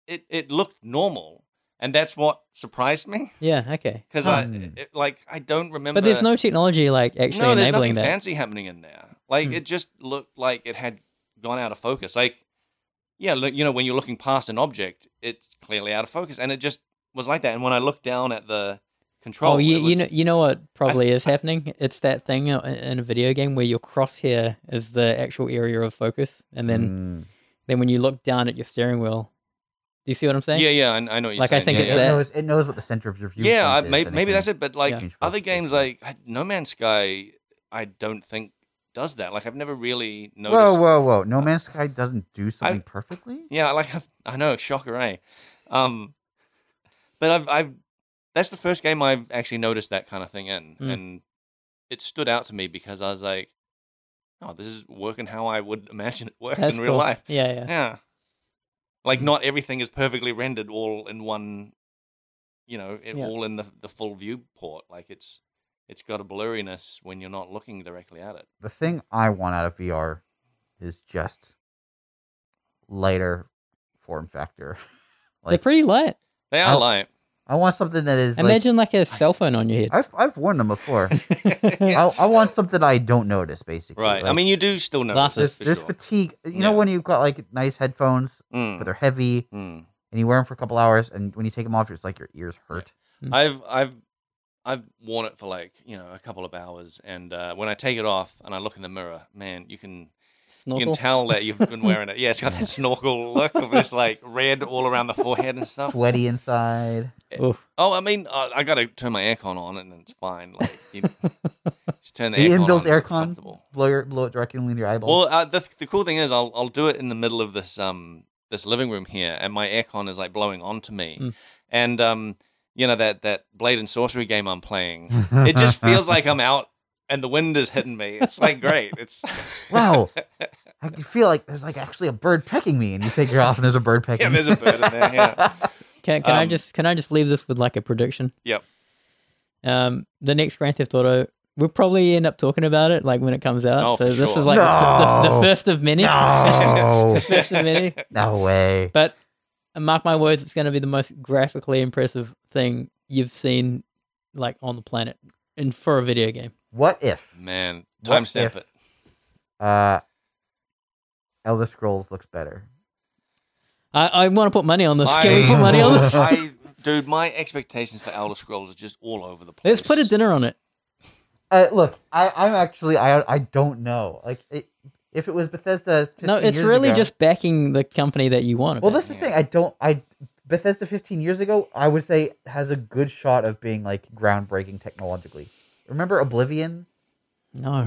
Speaker 2: it it looked normal, and that's what surprised me
Speaker 3: Yeah. Okay.
Speaker 2: because
Speaker 1: Huh.
Speaker 2: I
Speaker 1: Hmm.
Speaker 2: it, like I don't remember.
Speaker 3: But there's no technology like actually
Speaker 2: no, there's
Speaker 3: enabling
Speaker 2: nothing
Speaker 3: that.
Speaker 2: fancy happening in there. Like
Speaker 3: Hmm.
Speaker 2: it just looked like it had gone out of focus. Like yeah, look, you know when you're looking past an object, it's clearly out of focus, and it just was like that. And when I looked down at the control,
Speaker 3: Oh, you,
Speaker 2: it
Speaker 3: you
Speaker 2: was-
Speaker 3: know, you know what probably is happening. It's that thing i- in a video game where your crosshair is the actual area of focus, and then
Speaker 1: Mm.
Speaker 3: then when you look down at your steering wheel, do you see what I'm saying?
Speaker 2: yeah, yeah, I, I know what you're
Speaker 3: Like, I
Speaker 2: saying.
Speaker 3: think
Speaker 2: yeah,
Speaker 1: it,
Speaker 3: it's
Speaker 2: yeah.
Speaker 3: that-
Speaker 1: knows, it knows what the center of your view.
Speaker 2: yeah, I,
Speaker 1: point is,
Speaker 2: maybe,
Speaker 1: and
Speaker 2: maybe
Speaker 1: can-
Speaker 2: that's it. But like
Speaker 1: Yeah.
Speaker 2: other games,
Speaker 1: Yeah.
Speaker 2: like I- No Man's Sky, I don't think does that. Like I've never really noticed.
Speaker 1: Whoa, whoa, whoa! No Man's Sky doesn't do something perfectly.
Speaker 2: Uh, Yeah, like I've, I know, shocker, eh? Um, but I've, I've that's the first game I've actually noticed that kind of thing in,
Speaker 3: Mm.
Speaker 2: and it stood out to me because I was like, oh, this is working how I would imagine it works
Speaker 3: That's
Speaker 2: in real
Speaker 3: cool.
Speaker 2: life.
Speaker 3: Yeah, yeah.
Speaker 2: Yeah, like not everything is perfectly rendered all in one. You know, it,
Speaker 3: Yeah.
Speaker 2: all in the the full viewport. Like it's it's got a blurriness when you're not looking directly at it.
Speaker 1: The thing I want out of VR is just lighter form factor.
Speaker 3: They're
Speaker 1: Like
Speaker 3: pretty light.
Speaker 2: They are
Speaker 1: I'll-
Speaker 2: light.
Speaker 1: I want something that is.
Speaker 3: Imagine like a cell phone on your head.
Speaker 1: Like, I've I've worn them before.
Speaker 3: yeah,
Speaker 1: I, I want something I don't notice basically.
Speaker 2: Right. I
Speaker 1: Like,
Speaker 2: mean, you do still notice
Speaker 3: Glasses.
Speaker 1: there's,
Speaker 2: this for
Speaker 1: there's
Speaker 2: sure.
Speaker 1: fatigue. You know
Speaker 2: Yeah.
Speaker 1: when you've got like nice headphones,
Speaker 2: Mm,
Speaker 1: but they're heavy,
Speaker 2: mm.
Speaker 1: and you wear them for a couple hours, and when you take them off, it's like your ears hurt.
Speaker 2: I've I've I've worn it for like you know a couple of hours, and uh, when I take it off and I look in the mirror, man, you can you
Speaker 3: Snorkel.
Speaker 2: can tell that you've been wearing it. Yeah, it's got that snorkel look of this like red all around the forehead and stuff.
Speaker 1: Sweaty inside.
Speaker 3: Oof.
Speaker 2: Oh, I mean, uh, I gotta turn my aircon on, and it's fine. Like you just turn the
Speaker 1: The
Speaker 2: aircon
Speaker 1: inbuilt
Speaker 2: on, it's
Speaker 1: aircon.
Speaker 2: comfortable.
Speaker 1: Blow your blow it directly into your eyeball.
Speaker 2: Well, uh, the the cool thing is, I'll I'll do it in the middle of this um this living room here, and my aircon is like blowing onto me,
Speaker 1: Hmm.
Speaker 3: Mm.
Speaker 2: and um you know that that blade and sorcery game I'm playing, it just feels like I'm out and the wind is hitting me. It's like great. It's
Speaker 1: wow. I can feel like there's like actually a bird pecking me, and you take your off, and there's a bird pecking.
Speaker 2: yeah,
Speaker 1: you.
Speaker 2: there's a bird in there. Yeah.
Speaker 3: Can can I
Speaker 2: Um,
Speaker 3: just can I just leave this with like a prediction?
Speaker 2: Yep.
Speaker 3: Um, the next Grand Theft Auto, we'll probably end up talking about it like when it comes out.
Speaker 2: Oh,
Speaker 3: so
Speaker 2: for
Speaker 3: this
Speaker 2: sure.
Speaker 3: is like the f- the, the,
Speaker 1: No.
Speaker 3: first of many.
Speaker 1: no,
Speaker 3: first of many.
Speaker 1: no way.
Speaker 3: But mark my words, it's going to be the most graphically impressive thing you've seen like on the planet in for a video game.
Speaker 1: What if
Speaker 2: Man,
Speaker 1: What
Speaker 2: timestamp
Speaker 1: if-
Speaker 2: it.
Speaker 1: uh, Elder Scrolls looks better?
Speaker 3: I, I want to put money on this.
Speaker 2: My-
Speaker 3: Can we put money on this?
Speaker 2: I, dude, my expectations for Elder Scrolls are just all over the place.
Speaker 3: Let's put a dinner on it.
Speaker 1: Uh, look, I, I'm actually I I don't know. Like, it, if it was Bethesda, 15
Speaker 3: No, it's
Speaker 1: years
Speaker 3: really
Speaker 1: ago-
Speaker 3: just backing the company that you want.
Speaker 1: Well,
Speaker 3: Well,
Speaker 1: that's the thing. I don't. I Bethesda 15 years ago, I would say has a good shot of being like groundbreaking technologically. Remember Oblivion?
Speaker 3: no,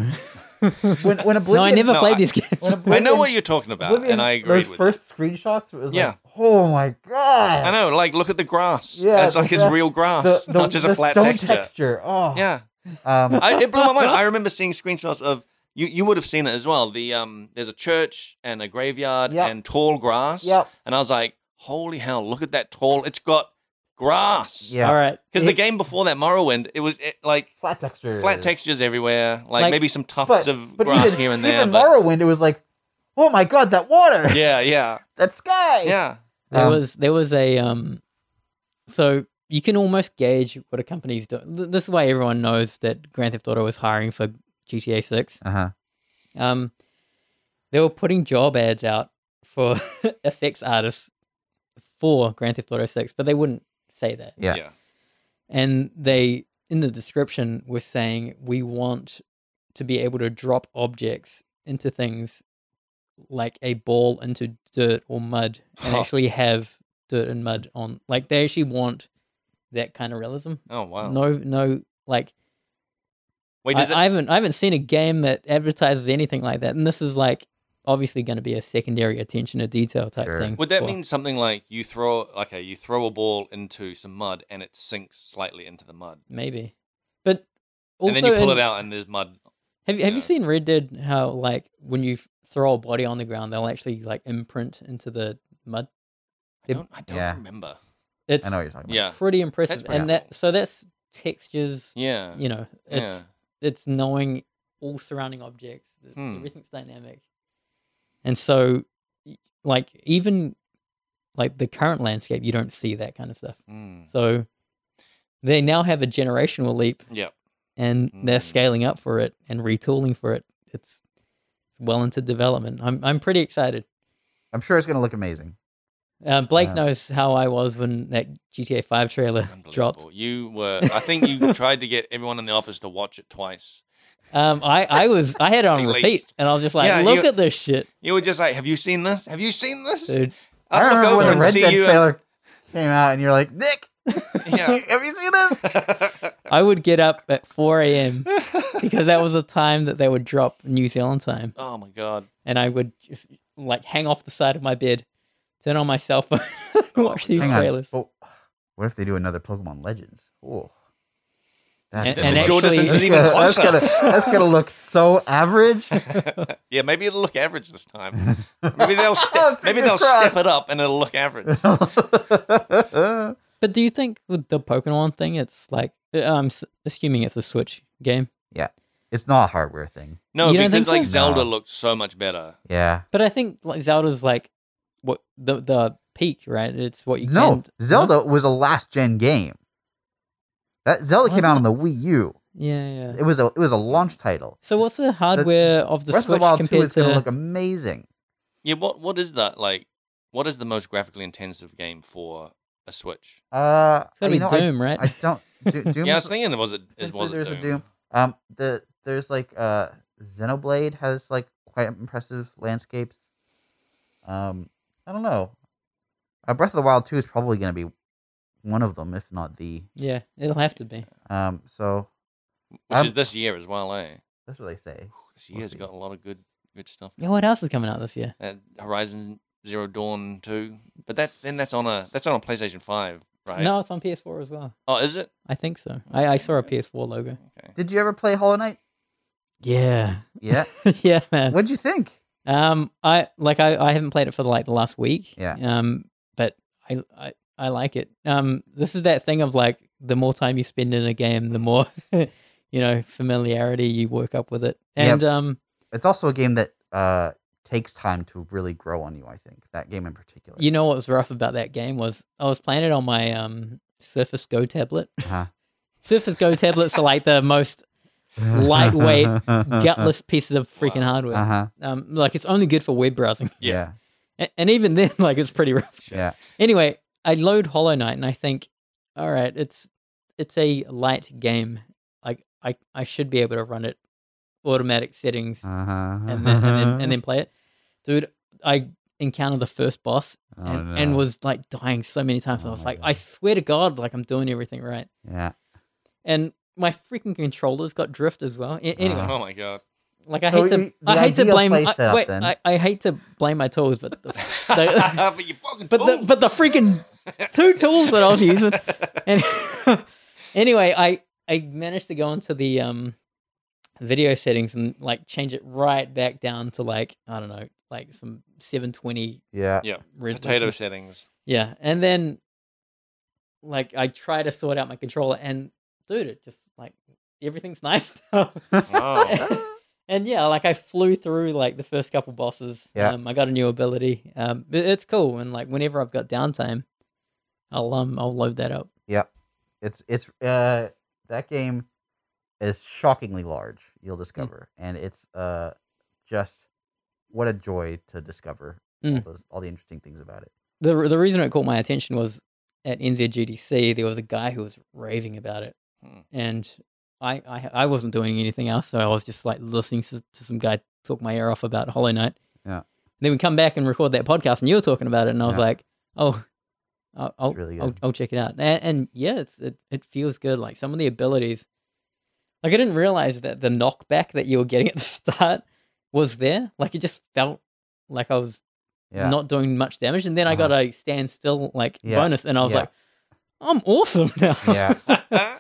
Speaker 1: When when
Speaker 3: no,
Speaker 1: Oblivion,
Speaker 3: I never
Speaker 2: No,
Speaker 3: played
Speaker 2: I-
Speaker 3: these games.
Speaker 1: When
Speaker 2: I
Speaker 1: Oblivion,
Speaker 2: know what you're talking about,
Speaker 1: Oblivion,
Speaker 2: and I agree
Speaker 1: Those
Speaker 2: with
Speaker 1: first screenshots, it was
Speaker 2: Yeah.
Speaker 1: like, oh my god!
Speaker 2: you. I know, like, look at the grass.
Speaker 1: Yeah,
Speaker 2: Yeah, it's like it's
Speaker 1: the-
Speaker 2: real grass,
Speaker 1: The, the,
Speaker 2: not just
Speaker 1: the
Speaker 2: a flat
Speaker 1: stone
Speaker 2: texture.
Speaker 1: Oh,
Speaker 2: Yeah,
Speaker 1: Um,
Speaker 2: I, it blew my mind. I remember seeing screenshots of you. You would have seen it as well. The um, there's a church and a graveyard
Speaker 1: Yep.
Speaker 2: and tall grass.
Speaker 1: yep.
Speaker 2: And I was like, holy hell, look at that tall. It's got grass.
Speaker 1: Yeah.
Speaker 3: All right,
Speaker 2: Because the game before that, Morrowind, it was it, like
Speaker 1: Flat texture.
Speaker 2: flat textures everywhere, like,
Speaker 3: Like-
Speaker 2: maybe some tufts
Speaker 1: But,
Speaker 2: of
Speaker 1: but
Speaker 2: grass
Speaker 1: even,
Speaker 2: here and there.
Speaker 1: even
Speaker 2: But,
Speaker 1: Morrowind, it was like, oh my god, that water,
Speaker 2: yeah, yeah,
Speaker 1: that sky.
Speaker 2: yeah.
Speaker 3: there
Speaker 1: Um,
Speaker 3: was there was a um so you can almost gauge what a company's doing Th- this way everyone knows that grand theft auto was hiring for gta 6
Speaker 1: Uh huh.
Speaker 3: um they were putting job ads out for effects artists for grand theft auto 6 but they wouldn't say that
Speaker 1: Yeah.
Speaker 2: yeah.
Speaker 3: and they in the description were saying we want to be able to drop objects into things like a ball into dirt or mud and
Speaker 2: Huh.
Speaker 3: actually have dirt and mud on like they actually want that kind of realism
Speaker 2: Oh wow.
Speaker 3: no no like
Speaker 2: Wait,
Speaker 3: I,
Speaker 2: does it?
Speaker 3: I haven't i haven't seen a game that advertises anything like that and this is like obviously going to be a secondary attention to detail type
Speaker 1: Sure.
Speaker 3: thing
Speaker 2: would that
Speaker 3: for-
Speaker 2: mean something like you throw okay, you throw a ball into some mud and it sinks slightly into the mud,
Speaker 3: maybe but also
Speaker 2: and then you pull
Speaker 3: in-
Speaker 2: it out and there's mud.
Speaker 3: Have you, have you
Speaker 2: Yeah.
Speaker 3: seen Red Dead? How like when you f- throw a body on the ground, they'll actually like imprint into the mud.
Speaker 2: I
Speaker 3: It-
Speaker 2: don't, I don't
Speaker 1: yeah.
Speaker 2: remember.
Speaker 3: It's
Speaker 1: I know what you're talking about.
Speaker 2: Yeah,
Speaker 3: pretty impressive,
Speaker 2: pretty
Speaker 3: and
Speaker 2: cool.
Speaker 3: that so that's textures.
Speaker 2: yeah,
Speaker 3: You know, it's
Speaker 2: yeah.
Speaker 3: it's knowing all surrounding objects. th-
Speaker 2: Hmm.
Speaker 3: Everything's dynamic, and so y- like even like the current landscape, you don't see that kind of stuff.
Speaker 2: Mm.
Speaker 3: So they now have a generational leap
Speaker 2: Yeah.
Speaker 3: and they're
Speaker 2: Mm.
Speaker 3: scaling up for it and retooling for it. It's well into development. I'm I'm pretty excited.
Speaker 1: I'm sure it's gonna look amazing.
Speaker 3: Uh, Blake
Speaker 1: Yeah.
Speaker 3: knows how I was when that GTA Five trailer dropped.
Speaker 2: Unbelievable. You were. I think you tried to get everyone in the office to watch it twice.
Speaker 3: Um, I I was I had it on
Speaker 2: At least.
Speaker 3: repeat, and I was just like,
Speaker 2: Yeah,
Speaker 3: look
Speaker 2: you-
Speaker 3: at this shit,
Speaker 2: You were just like, "Have you seen this? Have you seen this?"
Speaker 3: dude.
Speaker 1: I
Speaker 2: I'll look
Speaker 1: remember when
Speaker 2: over
Speaker 1: the
Speaker 2: and
Speaker 1: Red
Speaker 2: see
Speaker 1: Dead
Speaker 2: you-
Speaker 1: trailer came out, and you're like, Nick, have you seen this?
Speaker 3: I would get up at four a.m. because that was the time that they would drop New Zealand time,
Speaker 2: oh my god!
Speaker 3: and I would just like hang off the side of my bed, turn on my cell phone, watch these
Speaker 1: Oh, Hang on.
Speaker 3: trailers.
Speaker 1: But what if they do another Pokemon Legends? Oh, that's
Speaker 3: And-
Speaker 2: The,
Speaker 1: gonna
Speaker 3: and
Speaker 2: the
Speaker 1: look-
Speaker 2: jaw
Speaker 3: actually-
Speaker 2: distance is
Speaker 1: that's
Speaker 2: even
Speaker 1: gonna- that's
Speaker 2: closer.
Speaker 1: gonna, that's gonna look so average.
Speaker 2: yeah, maybe it'll look average this time. Maybe they'll step, maybe they'll
Speaker 1: Fingers crossed.
Speaker 2: step it up and it'll look average.
Speaker 3: But do you think with the Pokemon thing, it's like uh, I'm s- assuming it's a Switch game,
Speaker 1: it's not a hardware thing.
Speaker 2: No,
Speaker 3: You don't
Speaker 2: because
Speaker 3: think
Speaker 2: like
Speaker 3: so?
Speaker 1: No.
Speaker 2: Zelda looked so much better.
Speaker 1: Yeah.
Speaker 3: but I think like Zelda's like what the the peak, right? It's what you
Speaker 1: no,
Speaker 3: can.
Speaker 1: Zelda was a last gen game. That Zelda
Speaker 3: Was
Speaker 1: came out on the Wii U.
Speaker 3: Yeah, yeah.
Speaker 1: It was a it was a launch title.
Speaker 3: So what's the hardware of the
Speaker 1: Breath of
Speaker 3: Switch
Speaker 1: the Wild 2
Speaker 3: compared
Speaker 1: is
Speaker 3: to?
Speaker 1: going to look amazing.
Speaker 2: Yeah, what what is that like? What is the most graphically intensive game for a Switch?
Speaker 1: Uh,
Speaker 3: it's
Speaker 1: you
Speaker 3: gotta be
Speaker 1: know, I-
Speaker 3: Doom, right?
Speaker 1: I, don't. Do, Doom
Speaker 2: yeah, I
Speaker 1: is-
Speaker 2: was thinking was it is
Speaker 1: Potentially
Speaker 2: was it
Speaker 1: there's a
Speaker 2: Doom?
Speaker 1: Doom. Um, the there's like uh, Xenoblade has like quite impressive landscapes. Um, I don't know. Uh, Breath of the Wild two is probably going to be one of them, if not the.
Speaker 3: yeah, it'll have to be.
Speaker 1: Um, so
Speaker 2: Which
Speaker 1: Um,
Speaker 2: is this year as well, eh?
Speaker 1: that's what they say.
Speaker 2: This
Speaker 1: we'll
Speaker 2: year's
Speaker 1: see.
Speaker 2: got a lot of good good stuff.
Speaker 3: Yeah, what else is coming out this year?
Speaker 2: Uh, Horizon Zero Dawn two, but that then that's on a that's on a PlayStation Five, right?
Speaker 3: No, it's on PS4 as well.
Speaker 2: Oh, is it?
Speaker 3: I think so. I, I saw a PS4 logo.
Speaker 2: Okay.
Speaker 1: Did you ever play Hollow Knight?
Speaker 3: Yeah,
Speaker 1: Yeah.
Speaker 3: yeah, man.
Speaker 1: What'd you think?
Speaker 3: Um, I like I, I haven't played it for like the last week.
Speaker 1: Yeah.
Speaker 3: Um, but I, I I like it. Um, this is that thing of like the more time you spend in a game, the more you know familiarity you work up with it.
Speaker 1: Yep.
Speaker 3: And um,
Speaker 1: It's also a game that uh takes time to really grow on you. I think that game in particular.
Speaker 3: you know what was rough about that game was I was playing it on my um Surface Go tablet.
Speaker 1: Uh-huh.
Speaker 3: Surface Go tablets are like the most lightweight,
Speaker 1: Uh-huh.
Speaker 3: gutless pieces of freaking
Speaker 2: Wow.
Speaker 3: hardware.
Speaker 1: Uh huh.
Speaker 3: Um, like it's only good for web browsing.
Speaker 2: Yeah.
Speaker 1: Yeah.
Speaker 3: A- And even then, like it's pretty rough.
Speaker 1: Yeah.
Speaker 3: Anyway, I load Hollow Knight and I think, all right, it's it's a light game. Like I I should be able to run it automatic settings
Speaker 1: Uh-huh.
Speaker 3: and then, and then and then play it. Dude, I encountered the first boss
Speaker 1: Oh,
Speaker 3: and,
Speaker 1: no.
Speaker 3: and was like dying so many times. and I
Speaker 1: Oh
Speaker 3: was
Speaker 1: my
Speaker 3: like,
Speaker 1: God.
Speaker 3: I swear to God, like I'm doing everything right.
Speaker 1: yeah.
Speaker 3: And my freaking controllers got drift as well. A- anyway,
Speaker 1: Uh-huh.
Speaker 2: Oh my god.
Speaker 3: like I
Speaker 1: So
Speaker 3: hate to,
Speaker 1: you- the
Speaker 3: I hate to
Speaker 1: ideal
Speaker 3: blame,
Speaker 1: play
Speaker 3: I,
Speaker 1: setup,
Speaker 3: wait,
Speaker 1: then.
Speaker 3: I, I hate to blame my tools, but the,
Speaker 2: but you fucking
Speaker 3: but the,
Speaker 2: fools.
Speaker 3: but the freaking two tools that I was using. And anyway, I I managed to go into the um video settings and like change it right back down to like I don't know, like some 720
Speaker 1: Yeah.
Speaker 2: yeah.
Speaker 3: resolution.
Speaker 2: Potato settings.
Speaker 3: Yeah, and then like I try to sort out my controller, and dude, it just like everything's nice now.
Speaker 2: Wow.
Speaker 3: and yeah, like I flew through like the first couple bosses.
Speaker 1: Yeah.
Speaker 3: um, I got a new ability. Um, it- it's cool, and like whenever I've got downtime, I'll um I'll load that up.
Speaker 1: It's it's uh that game is shockingly large,
Speaker 3: Mm.
Speaker 1: you'll discover. And it's uh just what a joy to discover all
Speaker 3: Mm.
Speaker 1: those all the interesting things about it.
Speaker 3: the The reason it caught my attention was at NZGDC there was a guy who was raving about it,
Speaker 2: Hmm.
Speaker 3: and I, I I wasn't doing anything else, so I was just like listening to, to some guy talk my ear off about Hollow Knight.
Speaker 1: Yeah.
Speaker 3: And then we come back and record that podcast, and you were talking about it, and I was
Speaker 1: Yeah.
Speaker 3: like, oh. I'll, I'll,
Speaker 1: really
Speaker 3: I'll,
Speaker 1: good.
Speaker 3: I'll check it out, and, and yeah, it's, it it feels good. Like some of the abilities, like I didn't realize that the knockback that you were getting at the start was there. Like it just felt like I was
Speaker 1: Yeah. Uh-huh.
Speaker 3: not doing much damage. And then I got a stand still like
Speaker 1: Yeah,
Speaker 3: bonus, and I was
Speaker 1: yeah.
Speaker 3: like, I'm awesome now.
Speaker 1: Yeah.
Speaker 3: uh,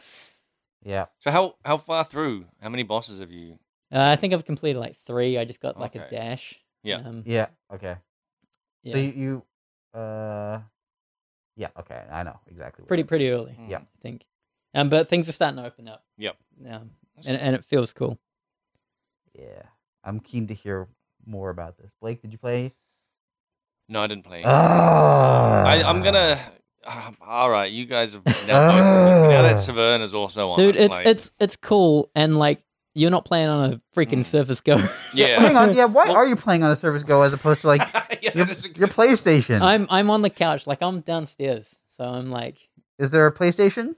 Speaker 1: yeah.
Speaker 2: so how how far through? How many bosses have you?
Speaker 3: I think I've completed like three. I just got like a
Speaker 2: Okay.
Speaker 3: dash.
Speaker 2: Yeah.
Speaker 3: Um,
Speaker 1: Yeah. Okay.
Speaker 3: yeah.
Speaker 1: So you, you uh yeah, okay. I know exactly. what
Speaker 3: pretty
Speaker 1: you-
Speaker 3: pretty early,
Speaker 2: Hmm.
Speaker 1: Mm. Yeah.
Speaker 3: I think. Um, but things are starting to open up.
Speaker 2: Yep.
Speaker 3: Um,
Speaker 2: That's
Speaker 3: and and it feels cool.
Speaker 1: Yeah. I'm keen to hear more about this. Blake, did you play?
Speaker 2: No, I didn't play.
Speaker 1: Ah.
Speaker 2: I,
Speaker 1: I,
Speaker 2: I'm gonna. Um, all right, you guys have now, both, now that
Speaker 1: Ah.
Speaker 2: Severn is also on.
Speaker 3: Dude,
Speaker 2: it,
Speaker 3: it's
Speaker 2: like-
Speaker 3: it's it's cool, and like you're not playing on a freaking
Speaker 2: Mm.
Speaker 3: Surface Go.
Speaker 1: Hang
Speaker 2: yeah.
Speaker 1: on, yeah. Why
Speaker 2: Well-
Speaker 1: are you playing on a Surface Go as opposed to like
Speaker 2: yeah,
Speaker 1: your,
Speaker 2: that's a
Speaker 1: your
Speaker 2: good-
Speaker 1: PlayStation?
Speaker 3: I'm I'm on the couch, like I'm downstairs, so I'm like
Speaker 1: Is there a PlayStation?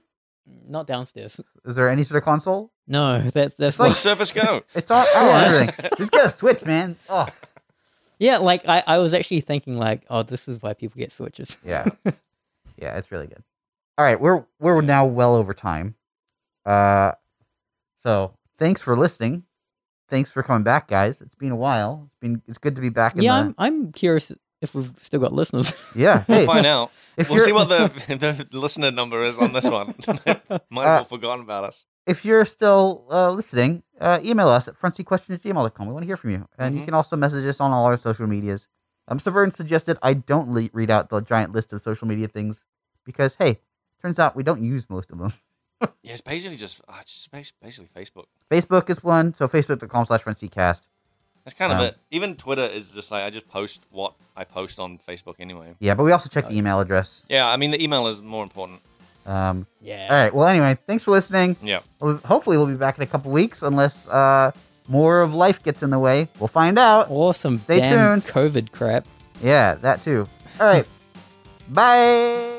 Speaker 3: not downstairs.
Speaker 1: Is there any sort of console?
Speaker 3: No, that's that's
Speaker 1: It's like
Speaker 2: Well, Surface Go.
Speaker 1: It's all oh,
Speaker 3: Yeah.
Speaker 1: everything. Just get a Switch, man. Oh,
Speaker 3: Yeah, like I, I was actually thinking like, oh, this is why people get switches.
Speaker 1: yeah, yeah. It's really good. All right, we're we're now well over time. Uh, so thanks for listening. Thanks for coming back, guys. It's been a while. It's been it's good to be back. In the,
Speaker 3: yeah, I'm I'm curious if we've still got listeners.
Speaker 1: yeah. Hey,
Speaker 2: We'll find out.
Speaker 1: if
Speaker 2: we'll
Speaker 1: you're
Speaker 2: see what the the listener number is on this one. Might
Speaker 1: Uh,
Speaker 2: have forgotten about us.
Speaker 1: if you're still uh, listening, uh, email us at frontseatquestions@gmail.com. We want to hear from you, and you
Speaker 2: Mhm.
Speaker 1: can also message us on all our social medias. Um, Severn suggested I don't le- read out the giant list of social media things because, hey, turns out we don't use most of them.
Speaker 2: Yeah, it's basically just uh, it's just bas- basically Facebook.
Speaker 1: Facebook is one, so facebook.com slash frontseatcast.
Speaker 2: That's kind of
Speaker 1: Um,
Speaker 2: it. Even Twitter is just like I just post what I post on Facebook anyway.
Speaker 1: Yeah, but we also check the email address.
Speaker 2: Yeah, I mean the email is more important.
Speaker 1: Um,
Speaker 3: yeah.
Speaker 1: all right. Well, anyway, thanks for listening.
Speaker 2: Yeah.
Speaker 1: We'll- Hopefully, we'll be back in a couple weeks, unless uh, more of life gets in the way. We'll find out.
Speaker 3: Awesome.
Speaker 1: Stay
Speaker 3: damn
Speaker 1: tuned.
Speaker 3: COVID crap.
Speaker 1: Yeah, that too. All right. Bye.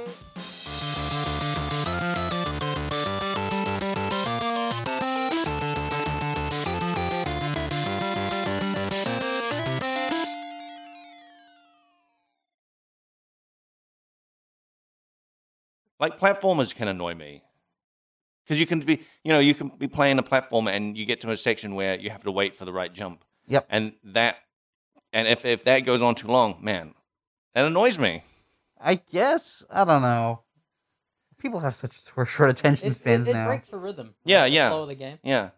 Speaker 2: Like platformers can annoy me. Because you can be, you know, you can be playing a platformer and you get to a section where you have to wait for the right jump.
Speaker 1: Yep.
Speaker 2: And that, and if, if that goes on too long, man, that annoys me.
Speaker 1: I guess I don't know. People have such short, short attention spans now.
Speaker 3: breaks the rhythm.
Speaker 2: Yeah, yeah.
Speaker 3: Slow of the game.
Speaker 2: Yeah.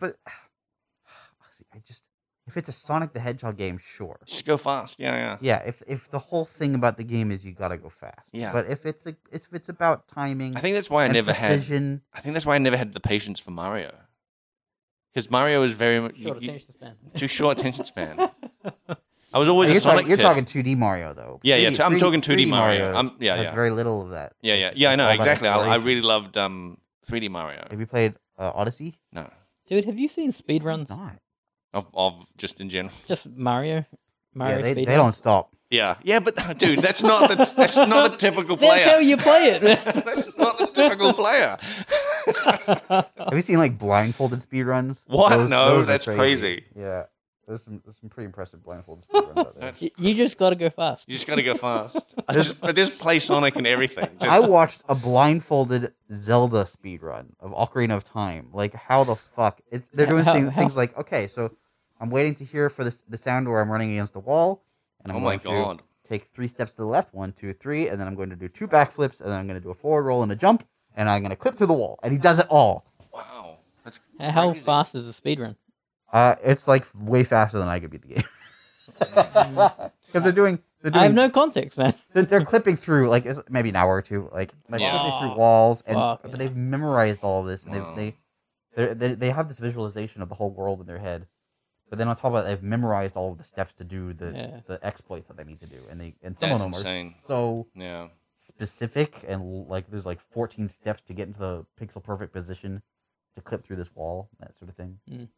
Speaker 1: But I just if it's a Sonic the Hedgehog game, sure.
Speaker 2: Just go fast. Yeah, yeah.
Speaker 1: Yeah, if if the whole thing about the game is you gotta go fast.
Speaker 2: Yeah.
Speaker 1: But if it's a, if it's about timing,
Speaker 2: I think that's why I
Speaker 1: and
Speaker 2: never had.
Speaker 1: precision,
Speaker 2: I think that's why I never had the patience for Mario. Because Mario is very much
Speaker 3: Short
Speaker 2: you- you-
Speaker 3: attention span.
Speaker 2: too short attention span. I was always
Speaker 1: Oh, you're,
Speaker 2: a Sonic.
Speaker 1: talking, you're
Speaker 2: kid.
Speaker 1: talking 2D Mario though.
Speaker 2: Yeah, yeah,
Speaker 1: 3D
Speaker 2: t- I'm talking 2D Mario.
Speaker 1: Mario
Speaker 2: I'm- yeah,
Speaker 1: has
Speaker 2: yeah.
Speaker 1: Very little of that.
Speaker 2: Yeah, yeah,
Speaker 1: It's-
Speaker 2: yeah. I
Speaker 1: it's
Speaker 2: know
Speaker 1: all about
Speaker 2: exactly. I, I
Speaker 1: exploration.
Speaker 2: really loved um 3D Mario.
Speaker 1: Have you played uh, Odyssey?
Speaker 2: No,
Speaker 1: Hmm.
Speaker 3: Dude, have you seen speedruns?
Speaker 1: Not.
Speaker 2: of, of just in general.
Speaker 3: Just Mario Mario
Speaker 1: yeah, they,
Speaker 3: speed.
Speaker 1: they don't stop.
Speaker 2: Yeah, yeah, but dude, that's not the that's not the typical
Speaker 3: That's how
Speaker 2: player.
Speaker 3: you play it.
Speaker 2: that's not the typical player.
Speaker 1: Have you seen like blindfolded speedruns?
Speaker 2: What? No,
Speaker 1: are
Speaker 2: that's crazy.
Speaker 1: Yeah, there's some there's some pretty impressive blindfolded speedruns out there.
Speaker 3: Y- you just got to go fast.
Speaker 2: You just gotta go fast. I just I just play Sonic and everything. Just-
Speaker 1: I watched a blindfolded Zelda speedrun of Ocarina of Time. Like, how the fuck? It, they're doing
Speaker 3: How-
Speaker 1: things,
Speaker 3: how-
Speaker 1: things like, okay, so I'm waiting to hear for this, the sound where I'm running against the wall. And I'm
Speaker 2: oh my
Speaker 1: going to
Speaker 2: god.
Speaker 1: Take three steps to the left, one, two, three, and then I'm going to do two backflips, and then I'm going to do a forward roll and a jump, and I'm going to clip through the wall. And he does it all.
Speaker 2: Wow. That's
Speaker 3: How
Speaker 2: crazy.
Speaker 3: fast is the speed run?
Speaker 1: Uh, it's like way faster than I could beat the game. Because they're doing, they're doing
Speaker 3: I have no context, man.
Speaker 1: they're, they're clipping through like it's maybe an hour or two, like like
Speaker 2: Yeah.
Speaker 1: clipping through walls, and
Speaker 3: Fuck,
Speaker 1: but
Speaker 3: yeah.
Speaker 1: they've memorized all of this, and
Speaker 2: Wow.
Speaker 1: they've, they they're- they they have this visualization of the whole world in their head. But then on top of that, they've memorized all of the steps to do the
Speaker 3: Yeah.
Speaker 1: the exploits that they need to do, and they and some
Speaker 2: That's
Speaker 1: of them
Speaker 2: insane.
Speaker 1: are so
Speaker 2: Yeah.
Speaker 1: specific and like there's like 14 steps to get into the pixel perfect position to clip through this wall, that sort of thing.